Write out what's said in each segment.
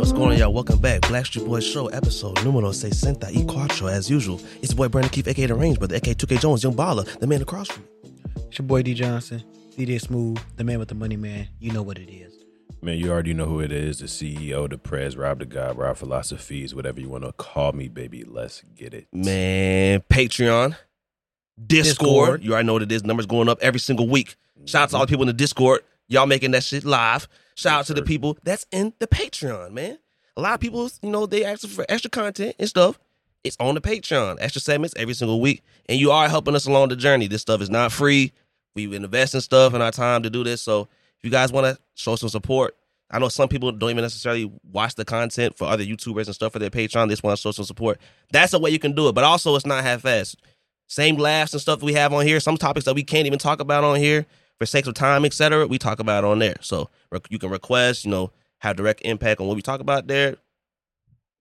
welcome back. Black Street Boys Show, episode numero 60 y cuatro. As usual, it's your boy Brandon Keefe, aka The Range Brother, aka 2K Jones, Young Baller, the man across from me. It's your boy D Johnson, DJ Smooth, the man with the money, man. You know what it is. Man, you already know who it is. The CEO, the prez, Rob the God, Rob Philosophies, whatever you want to call me, baby. Let's get it. Man, Patreon, Discord. Discord. You already know what it is. Numbers going up every single week. Shout out to all the people in the Discord. Y'all making that shit live. Shout out Mm-hmm. Yes, to the sir. people that's in the Patreon, man. A lot of people, you know, they ask for extra content and stuff. It's on the Patreon. Extra segments every single week. And you are helping us along the journey. This stuff is not free. We invest in stuff and our time to do this. So if you guys want to show some support, I know some people don't even necessarily watch the content for other YouTubers and stuff for their Patreon. They just want to show some support. That's the way you can do it. But also, it's not half-assed. Same laughs and stuff we have on here. Some topics that we can't even talk about on here for sake of time, etc. We talk about on there. So re- you can request, you know, have direct impact on what we talk about there.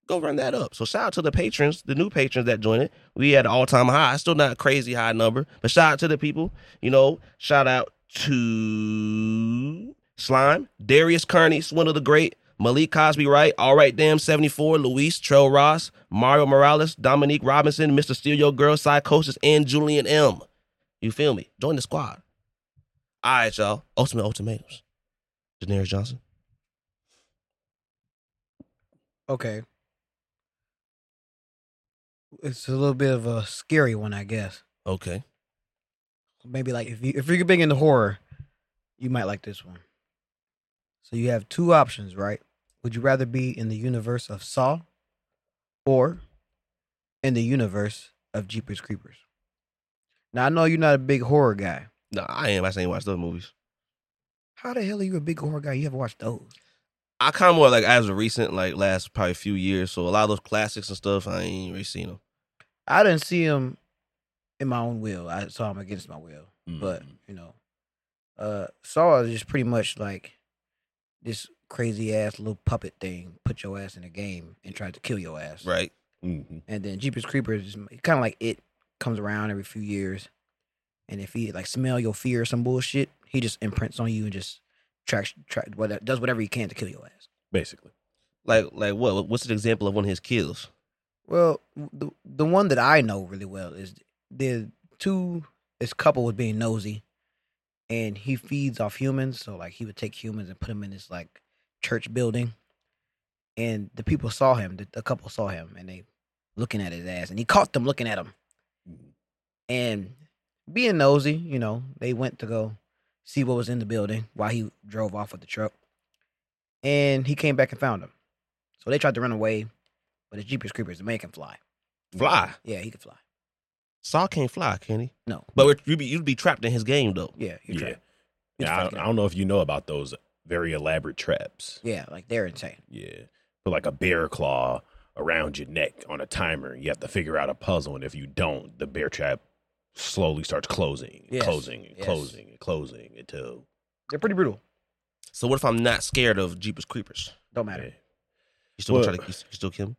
Go run that up. So shout out to the patrons, the new patrons that joined it. We at an all time high. Still not a crazy high number, but shout out to the people. You know, shout out to Slime, Darius Kearney, Swindle the Great, Malik Cosby Wright, All Right Damn 74, Luis, Trell Ross, Mario Morales, Dominique Robinson, Mr. Steal Your Girl, Psychosis, and Julian M. You feel me? Join the squad. All right, y'all. Ultimate ultimatums. Daenerys Johnson. Okay. It's a little bit of a scary one, I guess. Okay. Maybe like if you if you're big into horror, you might like this one. So you have two options, right? Would you rather be in the universe of Saw or in the universe of Jeepers Creepers? Now I know you're not a big horror guy. No, I am. I just ain't watched those movies. How the hell are you a big horror guy? You haven't watched those. I kind of more like as of recent, like last probably few years. So a lot of those classics and stuff, I ain't really seen them. I didn't see him in my own will. I saw him against my will. Mm. But, you know, uh Saw is just pretty much like this crazy ass little puppet thing put your ass in a game and tried to kill your ass. Right. Mhm. And then Jeepers Creepers is kind of like it comes around every few years. And if he like smell your fear or some bullshit, he just imprints on you and just tracks track what does whatever he can to kill your ass. basically, Like, like what? What's an example of one of his kills? Well, the the one that I know really well is the two. This couple was being nosy, and he feeds off humans. So like he would take humans and put them in this like church building, and the people saw him. The, the couple saw him, and they looking at his ass, and he caught them looking at him. Mhm. And being nosy, you know, they went to go see what was in the building while he drove off with the truck, and he came back and found him. So they tried to run away, but the Jeepers Creepers, the man can fly. Fly. Yeah, he can fly. Saw can't fly, can he? No. But we're- you'd be you'd be trapped in his game though. Yeah, you're yeah. trapped. You're Now, I, fucked don't- up. I don't know if you know about those very elaborate traps. Yeah, like they're insane. Yeah, put like a bear claw around your neck on a timer. You have to figure out a puzzle, and if you don't, the bear trap slowly starts closing, Yes. closing, and Yes. closing, and closing until They're pretty brutal. So what if I'm not scared of Jeepers Creepers? Don't matter. Yeah. You still gonna Well- try to you s- you still kill him?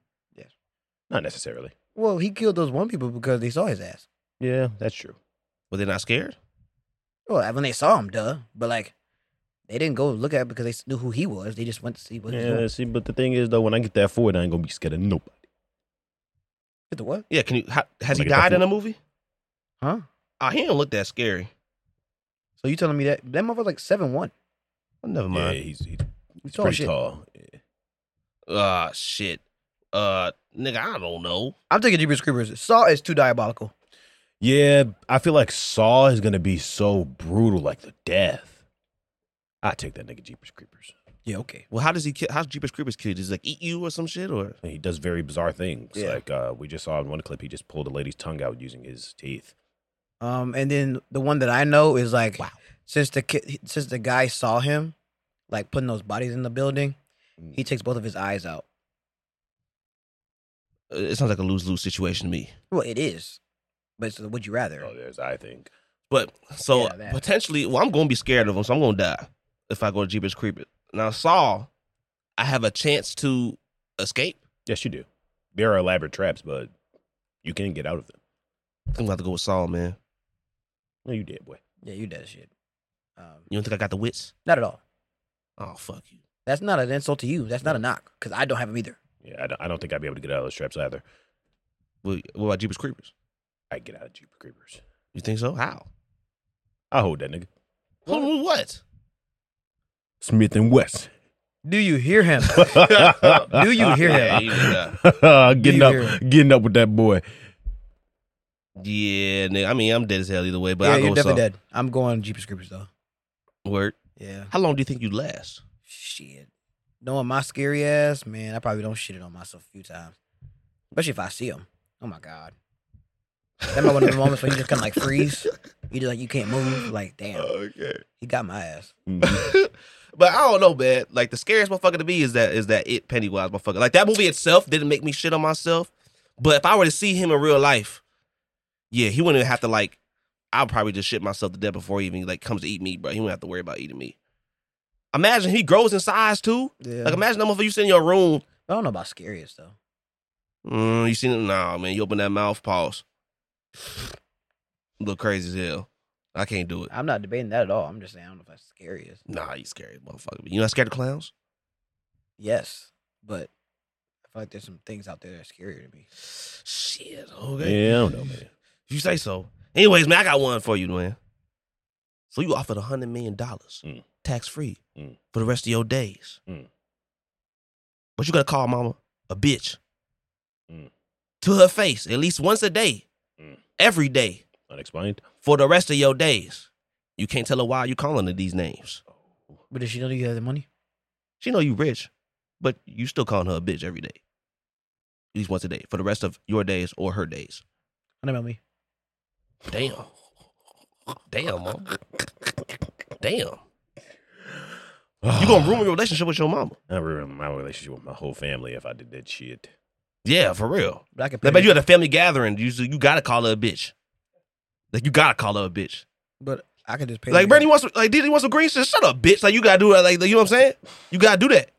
not necessarily. Well, he killed those one people because they saw his ass. Yeah, that's true. Were they not scared? Well, when they saw him, duh. But like, they didn't go look at it because they knew who he was. They just went to see what. he was Yeah, doing. see, but the thing is, though, when I get that forward, I ain't gonna be scared of nobody. Get the what? Yeah. Can you? How, has he Like, if I died in feel- a movie? Huh? Oh, he don't look that scary. So you telling me that that motherfucker's like seven one? Well, never Yeah, mind. he's he's, He's he's tall pretty shit. tall. Yeah. Ah, shit. Uh, nigga, I don't know. I'm taking Jeepers Creepers. Saw is too diabolical. Yeah, I feel like Saw is gonna be so brutal, like the death. I take that nigga Jeepers Creepers. Yeah, okay. Well, how does he kill? How's Jeepers Creepers kill? Does he like eat you or some shit? Or And he does very bizarre things. Yeah. Like uh, we just saw in one clip, he just pulled a lady's tongue out using his teeth. Um, and then the one that I know is like Wow. since the kid, since the guy saw him, like putting those bodies in the building, he takes both of his eyes out. Uh, it sounds like a lose lose situation to me. Well, it is, but it's the would you rather? Oh, there's I think. But so Yeah, that. potentially, well, I'm gonna be scared of him, so I'm gonna die if I go to Jeepers Creepers. Now, Saul, I have a chance to escape. Yes, you do. There are elaborate traps, but you can get out of them. I think I'm gonna have to go with Saul, man. No, you did, boy. Yeah, you dead as shit. Um, You don't think I got the wits? not at all. Oh fuck you. That's not an insult to you. That's not a knock because I don't have them either. Yeah, I don't, I don't think I'd be able to get out of those traps either. What, what about Jeepers Creepers? I'd get out of Jeep Creepers. You think so? How? I hold that nigga. What? what? Smith and West. Do you hear him? Do you hear Yeah, that? you did that. getting you up, hear getting up with that boy. Yeah, nigga. I mean, I'm dead as hell either way, but yeah, I go you're with definitely something. dead. I'm going Jeepers Creepers though. Word. Yeah. How long do you think you last? Shit. Knowing my scary ass, man, I probably don't shit it on myself a few times. Especially if I see him. Oh my god. That might one of the moments where you just kind of like freeze. You just like you can't move. Like damn, Okay. he got my ass. Mhm. but I don't know, man. Like the scariest motherfucker to me is that is that it Pennywise motherfucker. Like that movie itself didn't make me shit on myself. But if I were to see him in real life, yeah, he wouldn't have to like. I'll probably just shit myself to death before he even like comes to eat me, bro. He wouldn't have to worry about eating me. Imagine he grows in size too. Yeah. Like imagine that motherfucker you sit in your room. I don't know about scariest though. Mm, you seen it? Nah, man. You open that mouth, pause. Look crazy as hell. I can't do it. I'm not debating that at all. I'm just saying I don't know if that's scariest. Nah, you scary motherfucker. You not scared of clowns? Yes, but I feel like there's some things out there that are scarier to me. Shit. Okay. Yeah, I don't know, man. If you say so. Anyways, man, I got one for you, man. So you offered a hundred million dollars, Mm. tax free, Mm. for the rest of your days. Mm. But you gotta call mama a bitch Mm. to her face at least once a day, Mm. every day Unexplained. for the rest of your days. You can't tell her why you calling her these names. But does she know you have the money? She know you rich, but you still calling her a bitch every day, at least once a day for the rest of your days or her days. I know about me. Damn. Damn, mom. Damn. You gonna ruin your relationship with your mama. I ruin my relationship with my whole family if I did that shit. Yeah, for real. But I can. I pay bet her- you at a family gathering, you you gotta call her a bitch. Like you gotta call her a bitch. But I could just pay. Like the- Brandy wants some, like Diddy wants some green shit. Shut up, bitch. Like you gotta do that. Like you know what I'm saying? You gotta do that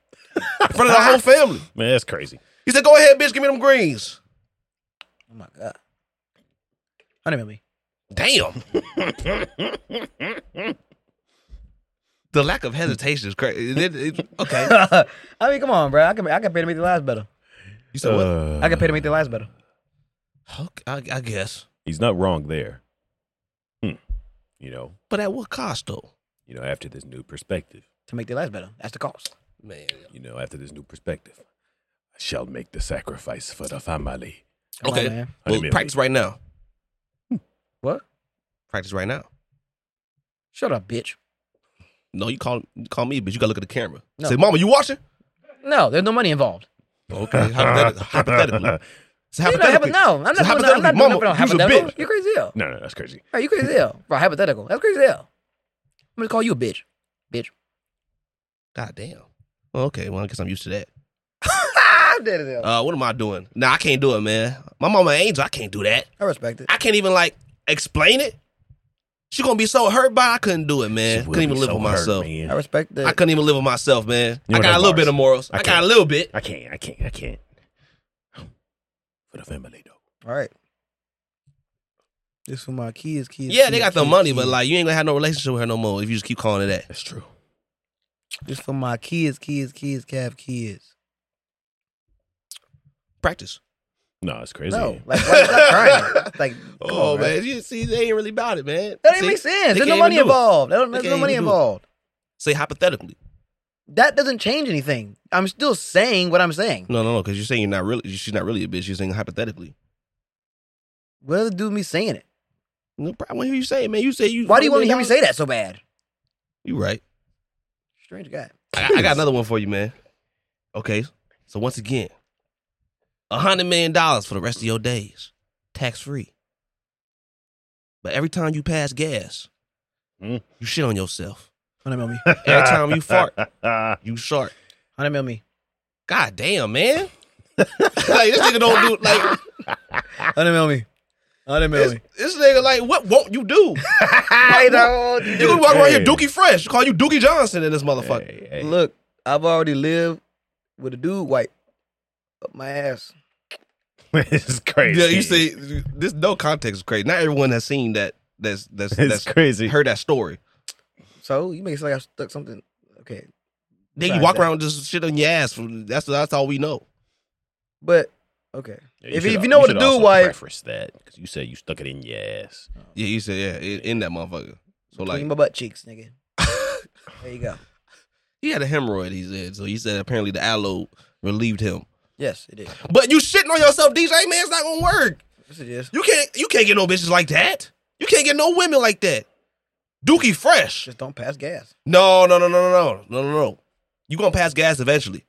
in front of the whole family. Man, that's crazy. He said, "Go ahead, bitch. Give me them greens." Oh my god. I know about me. Damn. The lack of hesitation is crazy. okay. I mean, come on, bro. I can I can pay to make the lives better. You said Uh. what? I can pay to make their lives better. Okay, I, I guess, He's not wrong there. Hmm. You know, but at what cost though? you know, after this new perspective, To make their lives better. That's the cost. Man, you know, after this new perspective, I shall make the sacrifice for the family. Come on, Okay. man. well, Honey, practice right now. What? Practice right now. Shut up, bitch. No, you call you call me, but you gotta look at the camera. No. Say, Mama, you watching? No, there's no money involved. Okay, hypothet- hypothetically. It's You know, hypo- hypothetically. no, I'm So not. doing that. hypothetically, I'm not doing mama, that. you's a hypothetical. bitch. You're crazy as hell. no, no, that's crazy. Bro, you crazy as hell. Bro, hypothetical. That's crazy as hell. I'm gonna call you a bitch. God damn. Well, okay, well, I guess I'm used to that. I'm dead as hell. Uh, what am I doing? Nah, I can't do it, man. My mama an angel. I can't do that. I respect it. I can't even like explain it. She gonna be so hurt by. it, I couldn't do it, She man. will Couldn't even be live so with hurt, myself. I man. respect the. I couldn't even live with myself, man. You I know got a that little bars. bit of morals. I, I got can't. a little bit. I can't, I can't, I can't. For the family, though. All right. This for my kids, kids. Yeah, kids, they got the kids, money, but kids. like you ain't gonna have no relationship with her no more if you just keep calling it that. That's true. this for my kids, kids, kids, calf kids. Practice. No, it's crazy. No, like why is that crying? Like, come Oh on, bro. man, you see, they ain't really about it, man. that didn't See? make sense. There's can't no even money do it. involved. There don't- They There's no can't money even do it. involved. Say hypothetically. That doesn't change anything. I'm still saying what I'm saying. No, no, no, because you're saying you're not really. She's not really a bitch. You're saying hypothetically. What does it do with me saying it? No problem. When you say it, man, you say you. Why do you want to hear me say that so bad? You right. Strange guy. I, I got another one for you, man. Okay, so once again, a hundred million dollars for the rest of your days, tax free. But every time you pass gas, Mm. you shit on yourself. 100 mil me. Every time you fart, I you short. 100 mil me. God damn, man. like this nigga don't do like 100 mil me. 100 mil this, me. this nigga like what won't you do? I don't You gonna walk around here Dookie Fresh, call you Dookie Johnson in this motherfucker. Hey, hey. Look, I've already lived with a dude wipe up my ass. this is crazy. Yeah, you see, this no context is crazy. Not everyone has seen that. That's that's that's it's crazy. heard that story. So you make it sound like I stuck something. Okay. Then you Right, walk that- around with just shit on your ass. That's that's all we know. But okay, Yeah, If- if should- you know what to should do, also why- preface that because you said you stuck it in your ass. Yeah, you said yeah, in, in that motherfucker. So between like my butt cheeks, nigga. There you go. he had a hemorrhoid. He said so. He said apparently the aloe relieved him. Yes, it is. But you shitting on yourself, DJ man. It's not gonna work. Yes, it is. You can't. You can't get no bitches like that. You can't get no women like that. Dookie Fresh. Just don't pass gas. No, no, no, no, no, no, no, no, no. You gonna pass gas eventually.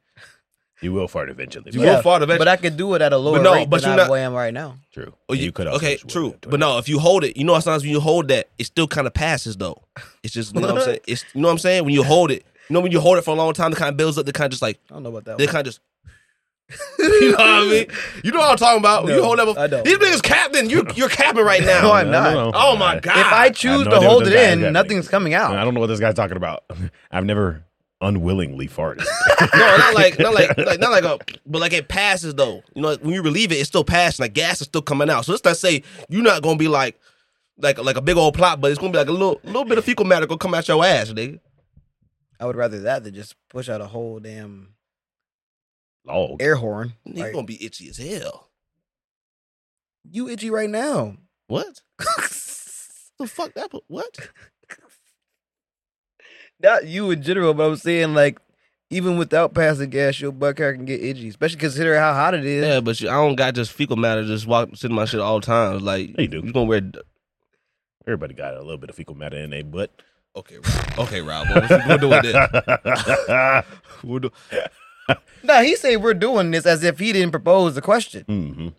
You will fart eventually. You but will fart eventually. But I could do it at a lower no, rate but than you're I not- am right now. True. Oh, And you could also okay, just true. wait But no, if you hold it, you know, how sometimes when you hold that, it still kind of passes though. It's just you know what I'm saying. It's you know what I'm saying. When you hold it, you know when you hold it for a long time, it kind of builds up. They kind of just like I don't know about that. they one. kind of just. you know what I mean? You know what I'm talking about. No, you hold up. I don't. These niggas capping. You you're capping right now. No, I'm not. oh my god. If Ah. I I have choose no to idea what hold this it guy is in, happening. nothing is coming I out. don't know what this guy's talking about. I've never unwillingly farted. No, not like not like, like not like a but like it passes though. You know, when you relieve it, it's still passing. Like gas is still coming out. So let's not say you're not gonna be like like like a big old plot, but it's gonna be like a little little bit of fecal matter gonna come out your ass, nigga. I would rather that than just push out a whole damn Log. air horn. Nigga Like, gonna be itchy as hell. you itchy right now. What? the fuck that put- what? Not you in general, but I'm saying like even without passing gas, your butt hair can get itchy, especially considering how hot it is. Yeah, but you, I don't got just fecal matter just walk sitting my shit all times. Like Yeah, you do. You gonna wear Everybody got a little bit of fecal matter in their butt. Okay, Rob. okay, Rob. What we gonna do with this? We'll do- No, he said we're doing this as if he didn't propose the question. Mhm.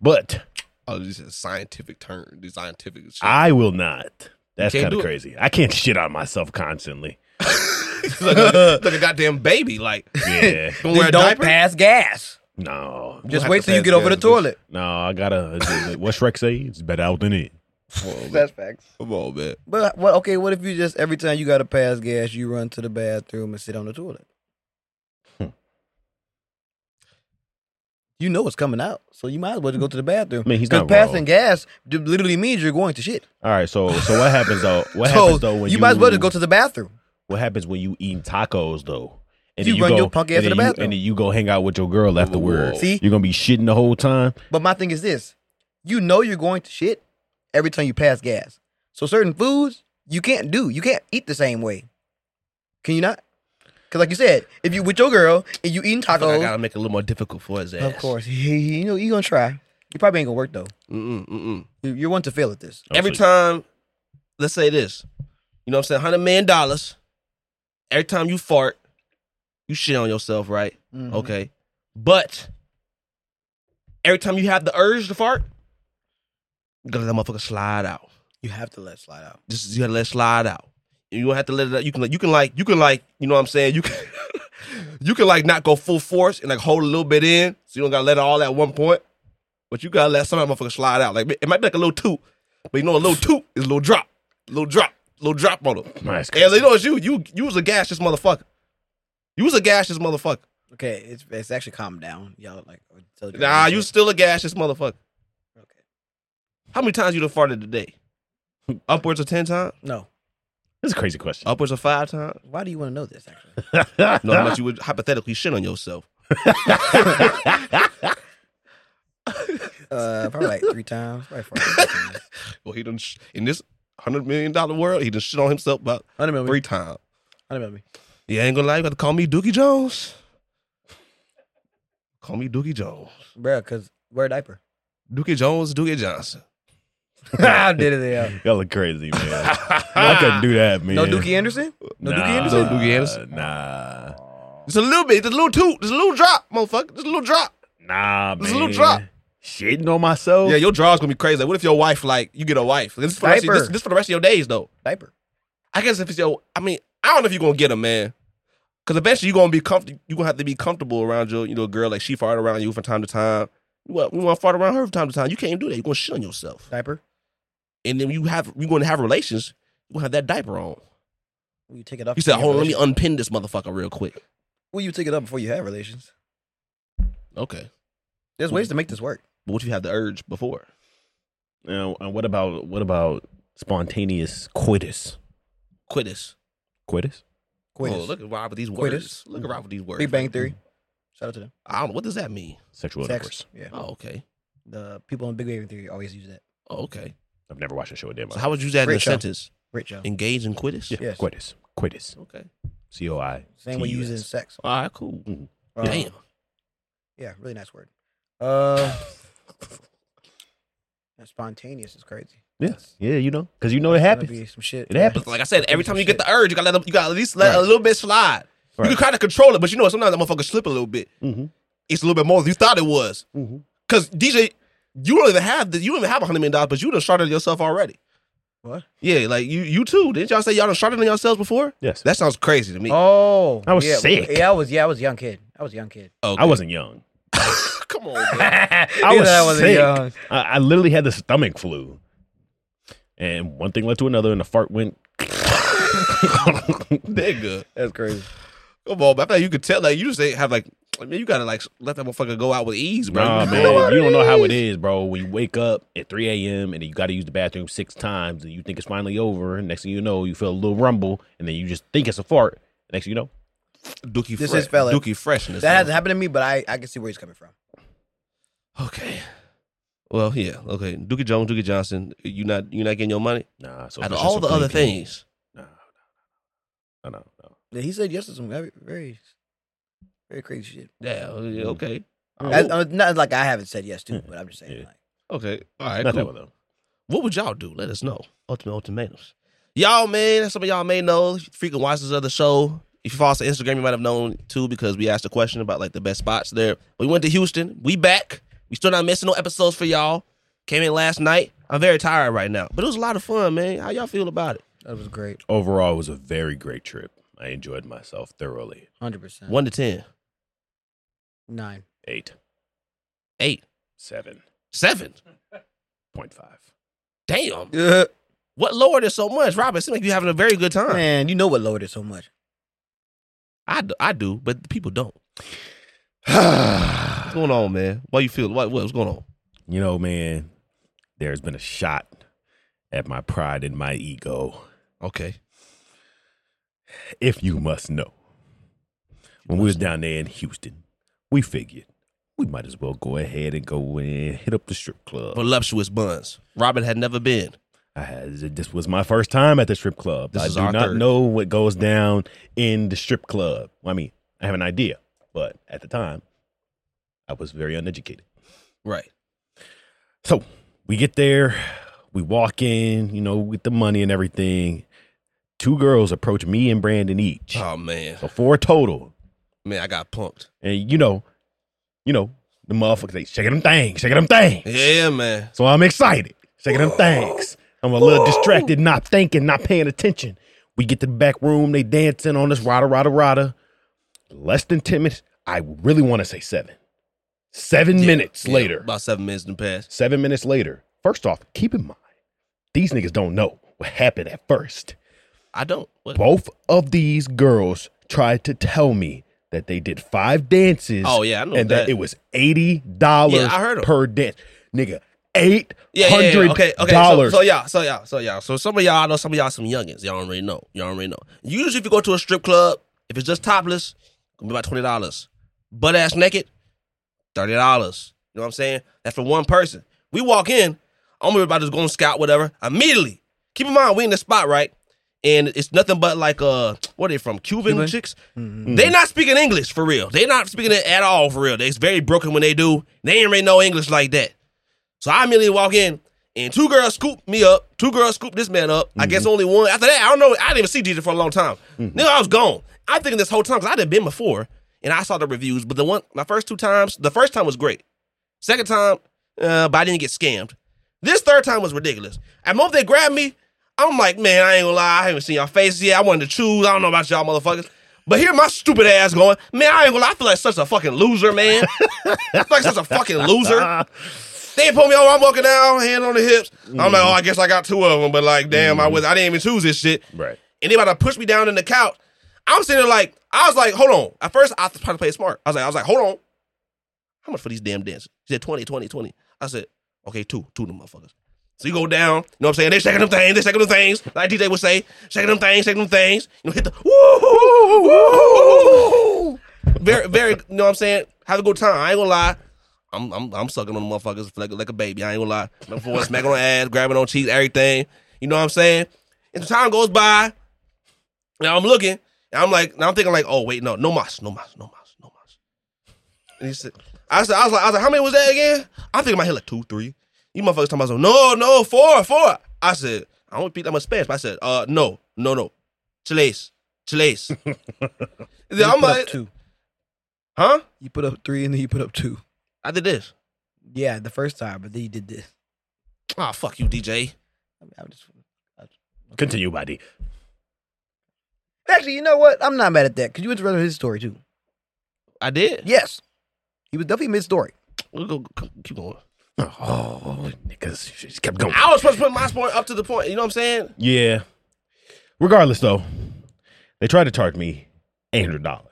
But Oh, this is a scientific term, these scientific shit. I will not. That's You can't kind do of it. crazy. I can't shit on myself constantly. It's like, a, like a goddamn baby. Like Yeah. gonna wear Just a don't diaper? pass gas. no. We'll Just have wait to till you pass get over the gas, bitch. toilet. No, I gotta. What's Shrek say? It's better out than in. Come on, man. That's facts. Come on, man. But what? Okay, what if you just every time you got to pass gas, you run to the bathroom and sit on the toilet? Hmm. You know what's coming out, so you might as well just go to the bathroom. I mean, he's Because not passing wrong. gas d- literally means you're going to shit. All right. So, so what happens though? What so happens though when you, might as well just go to the bathroom. What happens when you eating tacos though? You then run your punk ass and to then the you- bathroom. and then you go hang out with your girl afterwards. See? you're gonna be shitting the whole time. But my thing is this: you know you're going to shit every time you pass gas. So certain foods you can't do. You can't eat the same way. Can you not? Because like you said, if you with your girl and you eating I, think I tacos, gotta make it a little more difficult for his ass. Of course, he, he- you know you gonna try. You probably ain't gonna work though. Mm-mm, mm-mm. You- You're one to fail at this. Every Oh, so- time, let's say this. You know what I'm saying? Hundred million dollars. Every time you fart, you shit on yourself, right? Mm-hmm. Okay. But every time you have the urge to fart, you gotta let that motherfucker slide out. you have to let it slide out. Just you gotta let it slide out. You don't have to let it out. You can you can like you can like, you know what I'm saying? You can you can like not go full force and like hold a little bit in, so you don't gotta let it all at one point. But you gotta let some of that motherfucker slide out. Like it might be like a little toot, but you know a little toot is a little drop. little drop, little drop on them. Nice. And you know it's you. You you was a gaseous motherfucker. You was a gaseous motherfucker. Okay, it's it's actually calmed down. Y'all like I told you Nah, you still a gaseous motherfucker. okay? How many times you done farted today? Upwards of ten times? No, That's a crazy question. Upwards of five times? why do you want to know this? Actually, No, how much you would hypothetically shit on yourself. uh, probably like three times. Probably four times. Well, he done sh- in this hundred million dollar world, he done shit on himself about Hundred million. three times. Hundred million. You ain't gonna lie, you gotta call me Dookie Jones. Call me Dookie Jones. Bruh, cause wear a diaper. Dookie Jones, Dookie Johnson. I did it. Yeah. Y'all look crazy, man. I couldn't do that, man. No Dookie Anderson. No Dookie Anderson. No Dookie Anderson? Nah, Just a little bit, just a little toot, just a little drop, motherfucker. Just a little drop. nah, man. Just a little drop. Shitting on Oh. myself. Yeah, your jaw's gonna be crazy. Like, what if your wife, like, you get a wife? This is for, the rest of, Diaper. this, this for the rest of your days, though. Diaper. I guess if it's your, I mean, I don't know if you're gonna get him, man. Cause eventually you're gonna be comfortable. You're gonna have to be comfortable around your, you know, girl. Like she fart around you from time to time. Well, you want to fart around her from time to time. You can't do that. You're gonna shit on yourself. Diaper. And then you have, you're gonna have relations. You're gonna have that diaper on. Will you take it off? You said, before you hold on, let have me relations? unpin this motherfucker real quick. Will you take it up before you have relations? Okay. There's ways to make this work. But what if you have the urge before? You know, and what about what about spontaneous coitus? Quit this. Coitus. Quitters. Oh, look at Rob with these words. Quit us. Look at Rob with these words. Big Bang Theory. Shout out to them. I don't know. What does that mean? Sexual Sex. intercourse. Yeah. Oh, okay. The people on Big Bang Theory always use that. Oh, okay. I've never watched the show a day in my So how would you use that in Great a show. sentence? Great show. Engage and quit Yeah, Yes. Quitis. Quitis. Okay. C O I. Same way you use it in T-U-S. sex. All right, cool. Uh, Damn. Yeah, really nice word. Uh, spontaneous is crazy. Yes. Yeah, you know, because you know it Gotta happens. Be some shit. It happens. But like I said, every time you get the urge, you gotta let them, you gotta at least let Right. a little bit slide. You can Right. kind of control it, but you know what? sometimes that motherfucker slip a little bit. Mm-hmm. It's a little bit more than you thought it was. Mm-hmm. Cause DJ, you don't even have the, you don't even have a hundred million dollars, but you done started yourself already. What? Yeah, like you you too. Didn't y'all say y'all done started on yourselves before? Yes. That sounds crazy to me. Oh, I was yeah, sick. Yeah, I was. Yeah, I was a young kid. I was a young kid. Okay. I wasn't young. Come on, bro. I Either that was sick. young. I, I literally had the stomach flu, and one thing led to another, and the fart went. nigga. That's crazy. Come on, but I thought you could tell. Like you just ain't have like. I mean, you gotta like let that motherfucker go out with ease, bro. Nah, You know what man, you don't know it how is. it is, bro. When you wake up at 3 a.m. and you got to use the bathroom six times, and you think it's finally over, and next thing you know, you feel a little rumble, and then you just think it's a fart. Next thing you know, Dookie, This fre- is fella. Dookie freshness. That bro. hasn't happened to me, but I, I can see where he's coming from. Okay. Well, yeah. Okay, Dookie Jones, Dookie Johnson. You not you not getting your money nah. So out of it's all just the a other clean pee. things. Nah, nah, nah, nah, nah, nah. Yeah, He said yes to some very, very, very crazy shit. Yeah. yeah, Mm. Okay. I, Oh, Hmm. I, not like I haven't said yes to, but I'm just saying. Yeah. Like, okay. All right. Not cool. that one though. What would y'all do? Let us know. Ultimate ultimatums. Y'all, man, some of y'all may know, if you frequent watchers of the show. If you follow us on Instagram, you might have known too because we asked a question about like the best spots there. We went to Houston. We back. We still not missing no episodes for y'all. Came in last night. I'm very tired right now, but it was a lot of fun, man. How y'all feel about it? that was great. Overall, it was a very great trip. I enjoyed myself thoroughly. Hundred percent. One to ten, nine. Eight, eight, seven seven. point five. Damn. What lowered it so much, Robert? It seems like you're having a very good time. Man, you know what lowered it so much. I do, I do, but the people don't. What's going on, man? Why you feel? What, what's going on? you know, man, there's been a shot at my pride and my ego. Okay. If you must know, when we was down there in Houston, we figured we might as well go ahead and go in, hit up the strip club. voluptuous buns. Robin had never been. I had, this was my first time at the strip club. This I is do our not third. know what goes down in the strip club. Well, I mean, I have an idea, but at the time, I was very uneducated. Right. So we get there, we walk in, you know, with the money and everything. Two girls approach me and Brandon each. Oh man, So four total. man, I got punked. And you know, you know, the motherfuckers they shaking them things, shaking them things. Yeah, man. So I'm excited. Shaking them things. I'm a little distracted, not thinking, not paying attention. We get to the back room, they dancing on this rada rada rada. Less than ten minutes. I really want to say seven. Seven Yeah, minutes yeah, later. about seven minutes in the past. Seven minutes later. First off, keep in mind, these niggas don't know what happened at first. I don't. What? Both of these girls tried to tell me that they did five dances. Oh yeah, I know and that. that. it was eighty dollars Yeah, I heard 'em. per dance. Nigga, eight yeah, yeah, hundred yeah, okay, okay. So, dollars. so y'all, so y'all, so y'all. So some of y'all I know some of y'all some youngins. Y'all already know. Y'all already know. Usually, if you go to a strip club, if it's just topless, it's gonna be about twenty dollars. Butt ass naked, thirty dollars. You know what I'm saying? That's for one person. We walk in, I'm about to go on scout, whatever. Immediately, keep in mind we in the spot, right? And it's nothing but like uh, what are they from? Cuban, Cuban? chicks. Mm-hmm. Mhm. They not speaking English for real. They not speaking it at all for real. They it's very broken when they do. They ain't really know English like that. So I immediately walk in, and two girls scoop me up. Two girls scoop this man up. I guess only one. After that, I don't know. I didn't even see DJ for a long time. Nigga, I was gone. I'm thinking this whole time because I didn't been before, and I saw the reviews. But the one, my first two times, the first time was great. Second time, uh, but I didn't get scammed. This third time was ridiculous. At the moment they grabbed me, I'm like, man, I ain't gonna lie, I haven't seen y'all faces yet. I wanted to choose. I don't know about y'all motherfuckers. But here my stupid ass going, man, I ain't gonna lie, I feel like such a fucking loser, man. I feel like such a fucking loser. Ah, They put me on, I'm walking down, hand on the hips. I'm like, oh, I guess I got two of them, but like, damn, I was I didn't even choose this shit right. and they about to push me down in the couch. I'm sitting there like, I was like, hold on. At first, I was trying to play it smart. I was like, I was like, hold on. How much for these damn dances? She said 20, 20, 20. I said, okay, two, two of them motherfuckers. So you go down, you know what I'm saying? They shaking them things, they shaking them things. Like DJ would say, shaking them things, shaking them things. You know, hit the woo, woo, woo, woo, woo, woo. Very, very. You know what I'm saying? Have a good time. I ain't gonna lie. I'm, I'm, I'm sucking on the motherfuckers like, like a baby. I ain't gonna lie. Number four, smacking on ass, grabbing on cheeks, everything. You know what I'm saying? And the time goes by. Now I'm looking. And I'm like, now I'm thinking like, oh wait, no, no mas, no mas, no mas, no mas. And he said, I said, I was like, I was like, how many was that again? I'm thinking in my head like two, three. You motherfuckers talking about so no, no, four, four. I said, I don't repeat that much Spanish, but I said, uh, no, no, no, tres, tres. And You then I'm put up like, two. huh? You put up three and then you put up two. I did this. Yeah, the first time, but then you did this. Ah, fuck you, DJ. I mean, I'm just Continue, buddy. actually, you know what? I'm not mad at that because you interrupted his story too. I did. Yes, he was definitely mid story. We'll go, go- keep going. Oh, niggas, she just kept going. I was supposed to put my sport up to the point. You know what I'm saying? Yeah. Regardless, though, they tried to charge me eight hundred dollars.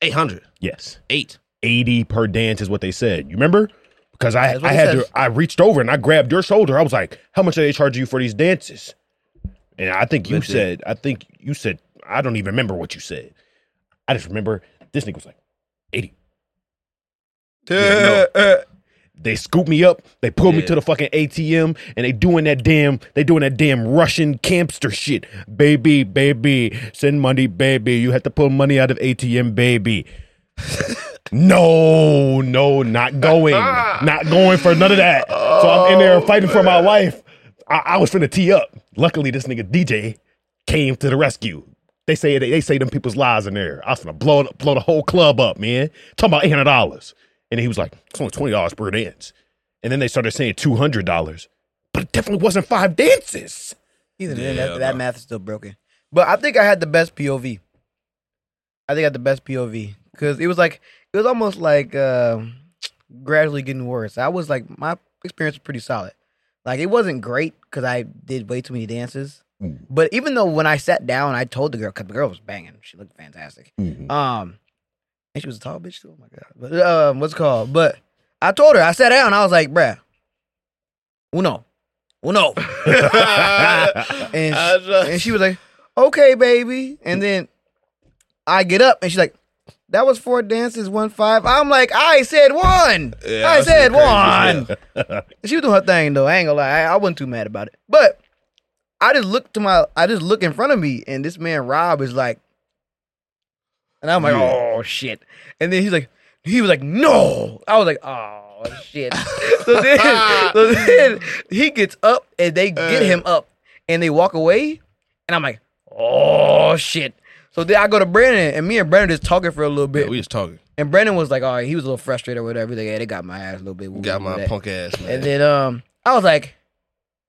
800. Yes, Eight. eighty per dance is what they said. You remember? Because I That's what I it had says. to I reached over and I grabbed your shoulder. I was like, "How much are they charging you for these dances?" And I think you Listen. said, I think you said, I don't even remember what you said. I just remember this nigga was like eighty. Yeah, They scooped me up. They pulled me Yeah. to the fucking ATM, and they doing that damn, they doing that damn Russian campster shit, baby, baby, send money, baby. You have to pull money out of ATM, baby. no, no, not going, not going for none of that. so I'm in there fighting for my life. I, I was finna tee up. Luckily, this nigga DJ came to the rescue. They say they, they say them people's lies in there. I was gonna blow it- blow the whole club up, man. Talking about eight hundred dollars, and he was like, "It's only twenty dollars per dance." And then they started saying two hundred dollars, but it definitely wasn't five dances. Either way, Yeah, that, that bro. math is still broken. But I think I had the best POV. I think I had the best POV because it was like it was almost like um gradually getting worse. I was like my experience was pretty solid. Like it wasn't great because I did way too many dances. Mm. But even though when I sat down, I told the girl because the girl was banging. She looked fantastic. Um, and she was a tall bitch too. Oh my god. But um, what's it called? But I told her I sat down. I was like, bruh, uno, uno. And she, and she was like, "Okay, baby." And then I get up, and she's like, "That was four dances, one five. I'm like, "I said one. Yeah, that I shit said crazy one." as she was doing her thing though. I ain't gonna lie, I, I wasn't too mad about it. But I just looked to my, I just look in front of me, and this man Rob is like, and I'm like, Yeah. "Oh shit!" And then he's like, he was like, "No." I was like, "Oh." Shit. So then, so then he gets up and they get him up and they walk away. And I'm like, oh shit. So then I go to Brandon and me and Brandon just talking for a little bit. Yeah, we just talking. and Brandon was like, all right, he was a little frustrated or whatever. He's like, yeah, they got my ass a little bit. We'll Got do my that." punk ass, man. And then um I was like,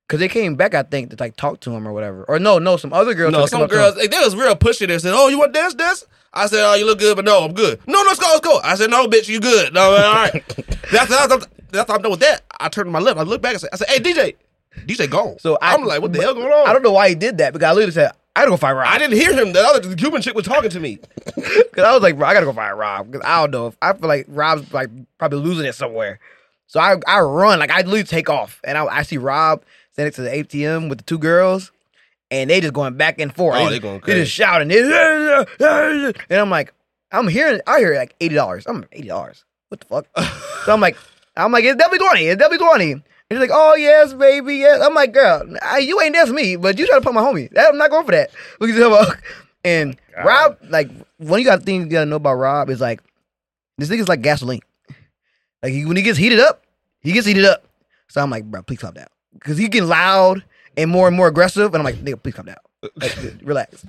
cause they came back, I think, to like talk to him or whatever. Or no, no, some other girls. No, tried to come some up to girls, him. like, they was real pushy. They said, "Oh, you want this, this?" I said, "Oh, you look good, but no, I'm good." No, let's go, let's go. I said, "No, bitch, you good." No, man, all right. that's that's that's, that's I'm done with that. I turned my lip. I looked back and said, "I said, hey, DJ, DJ gone." So So I- I, am like, "What the but hell going on?" I don't know why he did that because I literally said, I gotta go find Rob. I didn't hear him. The other the Cuban chick was talking to me. Cause I was like, bro, I gotta go find Rob. Cause I don't know if I feel like Rob's like probably losing it somewhere. So I, I run like I literally take off and I, I see Rob standing to the ATM with the two girls, and they just going back and forth. Oh, they, they going They just shouting, and I'm like, I'm hearing, I hear like eighty dollars. I'm eighty dollars. What the fuck? so I'm like, I'm like, it's definitely twenty. It's definitely twenty. And she's like, oh yes, baby, yes. I'm like, girl, I, you ain't that's me, but you try to put my homie. That, I'm not going for that. Look at this. And Oh Rob, like, one you got things you gotta know about Rob is like, this nigga's like gasoline. Like he, when he gets heated up, he gets heated up. So I'm like, bro, please calm down, because he getting loud and more and more aggressive, and I'm like, nigga, please calm down. Like, dude, relax.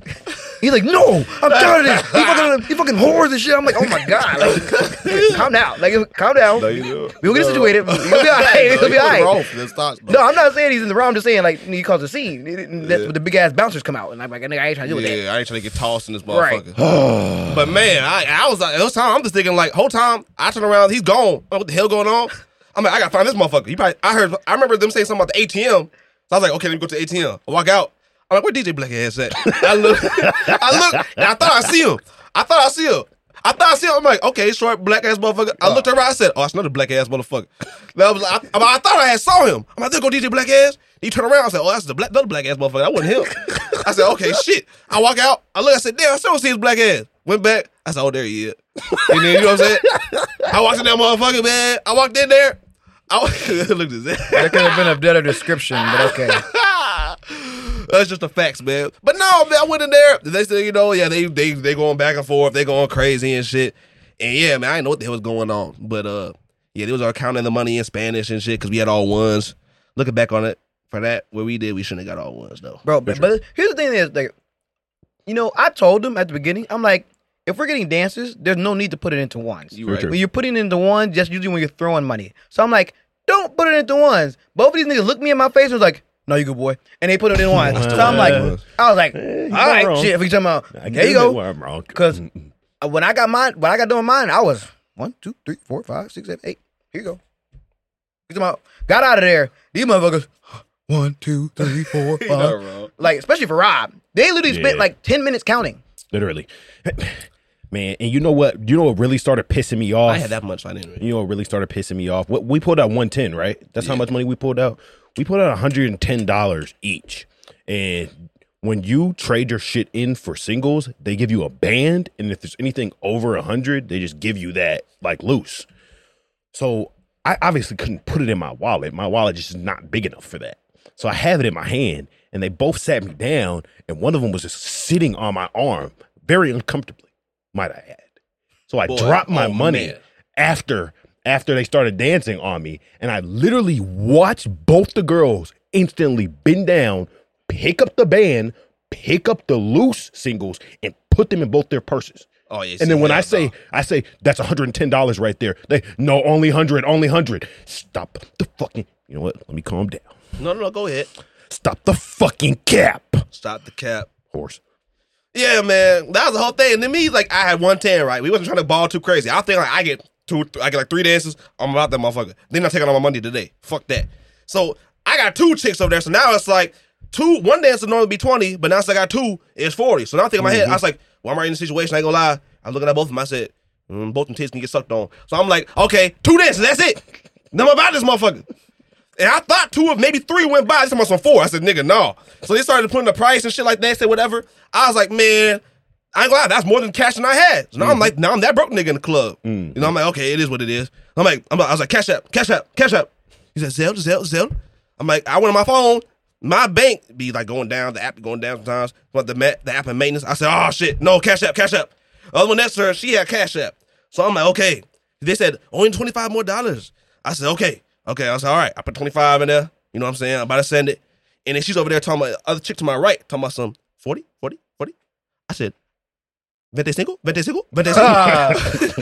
He's like, no, I'm tired of this. He fucking, he fucking whores and shit. I'm like, oh my god, like, calm down, like, calm down. We'll get it situated. We'll be all right. We'll be all right. No, I'm not saying he's in the wrong. I'm just saying like he caused a scene. That's Yeah. when the big ass bouncers come out, and I'm like, nigga, I ain't trying to deal with that. Yeah, I ain't trying to get tossed in this Right. motherfucker. but man, I, I was like, this time I'm just thinking like, whole time I turn around, he's gone. I'm like, what the hell going on? I'm like, I gotta find this motherfucker. He probably, I heard, I remember them saying something about the ATM. So I was like, okay, let me go to the ATM. I walk out. I'm like, where DJ Black ass at? I look, I look, and I thought I see him. I thought I see him. I thought I see him. I'm like, okay, short black ass motherfucker. I looked around. I said, oh, it's another black ass motherfucker. That was, I, I, I thought I had saw him. I'm like, there go DJ Black ass. He turned around. I said, oh, that's the black, another black ass motherfucker. That wasn't him. I said, okay, shit. I walk out. I look. I said, damn, I still don't see his black ass. Went back. I said, oh, there he is. And then, you know what I'm saying? I walked in that motherfucker, man. I walked in there. I look at There that. could have been a better description, but okay. That's just the facts, man. But no, man, I went in there. They said, you know, yeah, they they they going back and forth. They going crazy and shit. And yeah, man, I didn't know what the hell was going on. But uh, yeah, they was all counting the money in Spanish and shit because we had all ones. Looking back on it, for that, what we did, we shouldn't have got all ones though. bro. But, but here's the thing: is like, you know, I told them at the beginning. I'm like, if we're getting dances, there's no need to put it into ones. you right. True. When you're putting it into ones, just usually when you're throwing money. So I'm like, don't put it into ones. Both of these niggas looked me in my face and was like, "No, you good boy," and they put it in ones. so I'm like, I was like, Eh, you all right, wrong. shit. If we talking about, I there you get go. where I'm wrong. 'Cause- Uh, when I got mine, when I got doing mine, I was one, two, three, four, five, six, seven, eight. Here you go. Get them out. Got out of there. These motherfuckers. One, two, three, four, five. Like especially for Rob, they literally spent Yeah. like ten minutes counting. literally, man. And you know what? You know what really started pissing me off? I had that much. I didn't. Really. You know what really started pissing me off? What we pulled out one ten, right? That's how much money we pulled out. We pulled out one hundred and ten dollars each. And when you trade your shit in for singles, they give you a band, and if there's anything over a hundred, they just give you that like loose. So I obviously couldn't put it in my wallet. My wallet just is not big enough for that. So I have it in my hand, and they both sat me down, and one of them was just sitting on my arm, very uncomfortably, might I add. So I Boy, dropped my oh, money man. after after they started dancing on me, and I literally watched both the girls instantly bend down, pick up the band, pick up the loose singles, and put them in both their purses. Oh yeah. see, And then when yeah, I say no. I say that's one hundred and ten dollars right there, they no only hundred, only hundred. Stop the fucking. You know what? Let me calm down. no, no, no, go ahead. Stop the fucking cap, Stop the cap. horse. Yeah, man, that was the whole thing. And then me, like, I had one ten, right? We wasn't trying to ball too crazy. I think like I get two, th- I get like three dances. I'm about that motherfucker. Then I'm taking all my money today. Fuck that. So I got two chicks over there. So now it's like two, one dance would normally be twenty, but now since I got two, it's forty. So now I think in my head, I was like, well, I'm already in the situation. I ain't gonna lie. I'm looking at both of them. I said, mm, both them tits can get sucked on. So I'm like, okay, two dances. That's it. Now I'm about this motherfucker. And I thought two of maybe three went by. This was on four. I said, nigga, no. So they started putting the price and shit like that. They said whatever. I was like, man, I ain't gonna lie, that's more than cash than I had. So now I'm like, now I'm that broke nigga in the club. You know, I'm like, okay, it is what it is. I'm like, I'm like I was like, cash up, cash up, cash up. He said, Zell, Zell, Zell. I'm like, I went on my phone. My bank be like going down, the app be going down sometimes, but the ma- the app and maintenance. I said, oh shit, no, cash up, cash up. Other one next to her, she had cash up. So I'm like, okay. They said, only 25 more dollars. I said, okay, okay. I was like, all right, I put 25 in there. You know what I'm saying? I'm about to send it. And then she's over there talking about other chick to my right, talking about some 40, 40, 40. I said, Vente single? Vente single? Vente single? I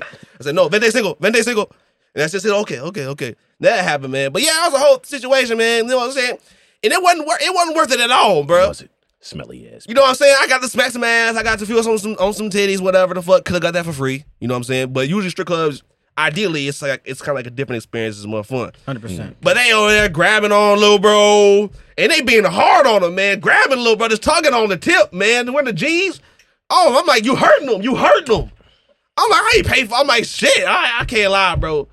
said, no, vente single, vente single. And I just said, okay, okay, okay. That happened, man. But yeah, that was a whole situation, man. You know what I'm saying? And it wasn't worth it wasn't worth it at all, bro. Was it smelly ass? You know what I'm saying? I got to smack some ass. I got to feel some, some on some titties, whatever the fuck. Could have got that for free. You know what I'm saying? But usually strip clubs, ideally, it's like it's kind of like a different experience. It's more fun. Hundred percent. But they over there grabbing on little bro, and they being hard on him, man. Grabbing little brothers, tugging on the tip, man. Where the G's? Oh, I'm like, you hurting them, you hurting them. I'm like, how you pay for? I'm like, shit, I, I can't lie, bro.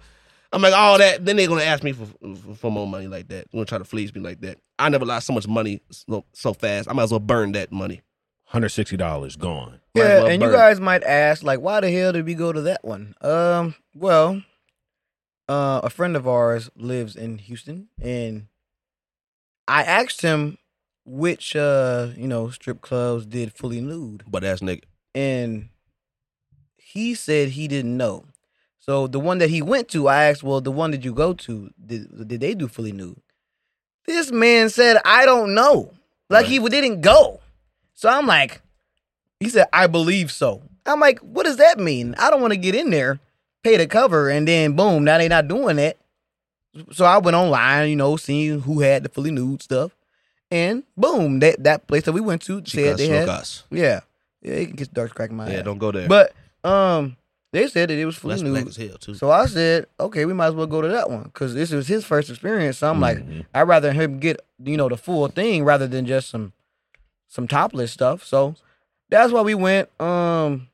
I'm like, all that. Then they gonna ask me for, for for more money like that. They're gonna try to fleece me like that. I never lost so much money so, so fast. I might as well burn that money. Hundred sixty dollars gone. Might as Yeah, well and you burn. guys might ask, like, why the hell did we go to that one? Um, well, uh, a friend of ours lives in Houston, and I asked him which, uh, you know, strip clubs did fully nude, But ass nigga. and he said he didn't know. So the one that he went to, I asked, well, the one that you go to, did did they do fully nude? This man said, I don't know. Like he didn't go. So I'm like, he said, I believe so. I'm like, what does that mean? I don't want to get in there, pay the cover, and then boom, now they not doing it. So I went online, you know, seeing who had the fully nude stuff, and boom, that that place that we went to Chicas said they had locas. yeah. Yeah, it can get dark cracking my Yeah, ass. don't go there. But um they said that it was fully that's black as nude. hell too. So I said, okay, we might as well go to that one because this was his first experience. So I'm Mm-hmm. like, I'd rather him get you know the full thing rather than just some some topless stuff. So that's why we went. Um,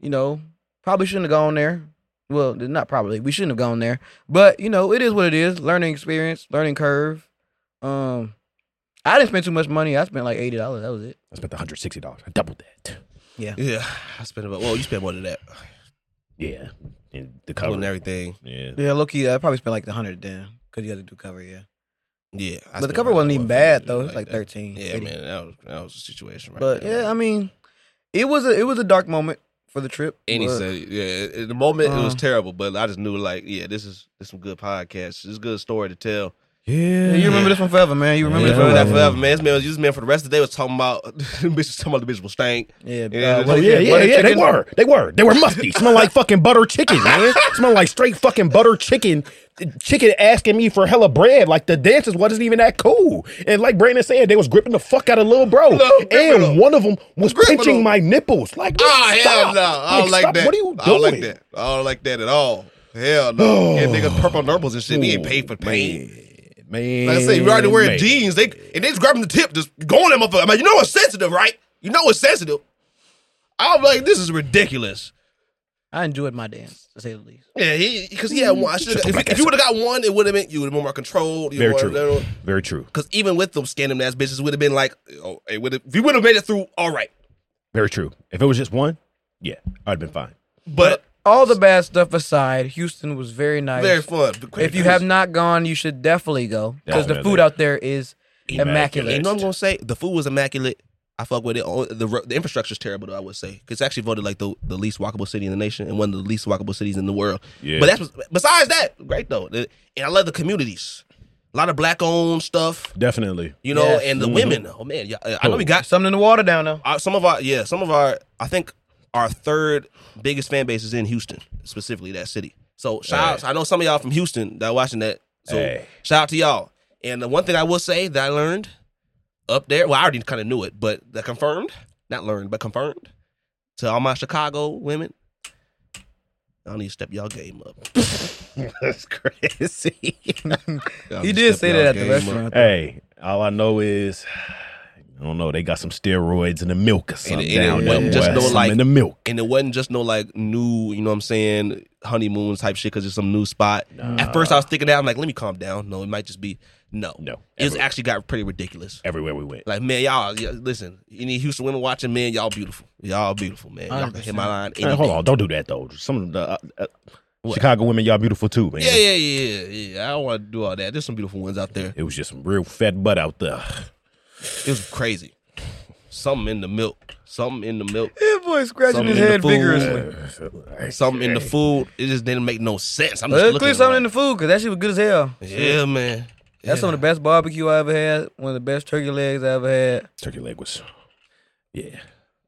you know, probably shouldn't have gone there. Well, not probably. We shouldn't have gone there. But you know, it is what it is. Learning experience, learning curve. Um, I didn't spend too much money. I spent like eighty dollars. That was it. I spent one hundred sixty dollars. I doubled that. Yeah. Yeah, I spent about. Well, you spent more than that. Yeah, and the Cool and cover. everything. Yeah, Yeah, low key, I probably spent like the hundred then because you had to do cover. Yeah, Yeah, I but the spent cover about wasn't 150, even bad though. It was like like that. thirteen. Yeah, 80. man, that was that was a situation, right? But there, yeah, I man. mean, it was a it was a dark moment for the trip. any but- city, yeah. At the moment, it was Uh. terrible, but I just knew like, yeah, this is this some good podcast. This is a good story to tell. Yeah, yeah. you remember this one forever, man. You remember Remember this one that forever. forever, man. This man was this man for the rest of the day was talking about bitch was talking about the bitch was stank. Yeah, Yeah, uh, this what Oh is yeah, that, yeah, butter yeah. They chicken? were, they were, they were musty. Smell like fucking butter chicken, man. Smell like straight fucking butter chicken. Chicken asking me for hella bread. Like the dancers wasn't even that cool. And like Brandon said, they was gripping the fuck out of little bro. Lil' Grippin' and him. one of them was Grippin' pinching him. my nipples. Like, Ah, hell stop. no, I don't like, stop. that. What are you doing? I don't like that. I don't like that at all. Hell no, yeah, niggas purple nurples and shit. We ain't paid for pain. man. Like I said, you already wearing man. jeans. They and they just grabbing the tip, just going at motherfucker. I mean, you know it's sensitive, right? You know it's sensitive. I'm like, this is ridiculous. I enjoyed my dance to say the least. Yeah, because he, had one. I should. Shut the If, fuck if you up. would have got one, it would have been you would have been more controlled. You Very would've- true. Very true. Because even with them scamming ass bitches, would have been like, oh, it would have. We would have made it through all right. Very true. If it was just one, yeah, I'd been fine. But All the bad stuff aside, Houston was very nice. very fun. if you have not gone, you should definitely go because the Definitely. food out there is immaculate. you know, what I'm gonna say the food was immaculate. I fuck with it. Oh, The ro- the infrastructure is terrible, though. I would say 'Cause it's actually voted like the, the least walkable city in the nation and one of the least walkable cities in the world. Yeah. But that's besides that, great though. The- And I love the communities. A lot of black owned stuff, Definitely. you know, Yes. and the women. Oh man, yeah, I know we got Something in the water down there. uh, some of our yeah, some of our I think our third biggest fan base is in Houston, specifically that city. So shout out, I know some of y'all from Houston that are watching that. So Hey. shout out to y'all. And the one thing I will say that I learned up there, well, I already kind of knew it, but that confirmed, not learned, but confirmed to all my Chicago women. Y'all need to step y'all game up. That's crazy. Y'all He need to did step say y'all that at the game up. restaurant. Hey, all I know is I don't know. They got some steroids in the milk or something. And it- and it down there, wasn't just boy. no, Something like- in the milk. And it wasn't just no like new, you know what I'm saying, honeymoon type shit because it's some new spot. At first, I was thinking that I'm like, let me calm down. No, it might just be no, No, It's everywhere. actually got pretty ridiculous. Everywhere we went, Like man, y'all yeah, listen. Any Houston women watching, man, y'all beautiful. Y'all beautiful, man. Y'all can hit my line. Hey, any hold day. on, don't do that though. Some of the uh, uh, Chicago women, y'all beautiful too, man. Yeah, yeah, yeah, yeah, yeah. I don't want to do all that. There's some beautiful ones out there. It was just some real fat butt out there. It was crazy. Something in the milk. Something in the milk. That boy scratching Something his in the head food. vigorously. Something in the food. It just didn't make no sense. I'm just But it's looking clearly at something it in the food because that shit was good as hell. like, Yeah, man. That's some of the best barbecue I ever had. One of the best turkey legs I ever had. Turkey leg was, yeah,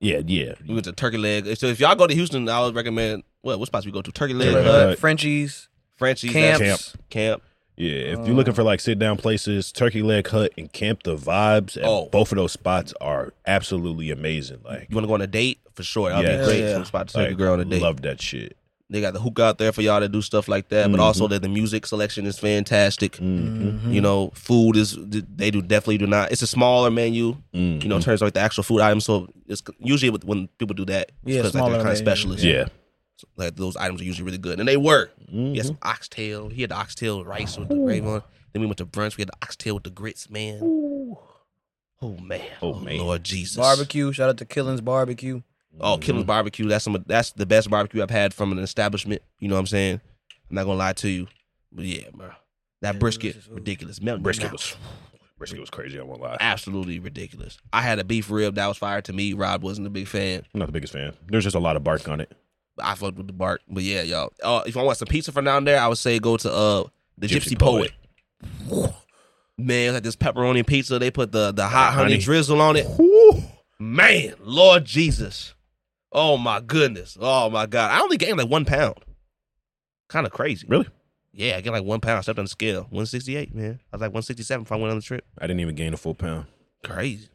yeah, yeah. We went to Turkey Leg. So if y'all go to Houston, I would recommend well, what spots we go to? Turkey Leg, Turkey Hut, Uh, Leg. Frenchies, Frenchie's, camps. that's- camp. Yeah, if Uh. you're looking for like sit down places, Turkey Leg Hut and Camp, the vibes at Oh. both of those spots are absolutely amazing. Like, You want to go on a date for sure? That'd Yes. be great. Yeah, yeah. Some spot to take a like, girl on a date. love that shit. They got the hookah out there for y'all to do stuff like that. Mm-hmm. But also that the music selection is fantastic. You know, food is they do definitely do not. It's a smaller menu. You Mm-hmm. Mm. know, in terms of like the actual food items. So it's usually with- when people do that, Yeah, because like smaller they're kind menu. of specialists. Yeah, Mm-hmm. So, like those items are usually really good, and they were. He had some oxtail. He had the oxtail rice with the gravy on. it. Then we went to brunch. We had the oxtail with the grits, man. Mm-hmm. Oh man. Oh, man. Lord Jesus. barbecue. Shout out to Killings Barbecue. Oh, Killing Mm-hmm. Barbecue. That's some. of- That's the best barbecue I've had from an establishment. You know what I'm saying? I'm not gonna lie to you, but yeah, bro. That brisket, ridiculous. Melt in your brisket mouth. was brisket was crazy. I won't lie. absolutely ridiculous. I had a beef rib that was fire to me. Rod wasn't a big fan. I'm not the biggest fan. There's just a lot of bark on it. I fucked with the bark, but yeah, y'all. Uh, if I want some pizza from down there, I would say go to uh the Gypsy, Gypsy Poet. Man, it was like this pepperoni pizza. They put the the hot honey, honey. drizzle on it. Man, Lord Jesus. Oh my goodness. Oh my God. I only gained like one pound. Kind of crazy. Really? Yeah, I gained like one pound. I stepped on the scale. 168, man. I was like 167 before I went on the trip. I didn't even gain a full pound. Crazy.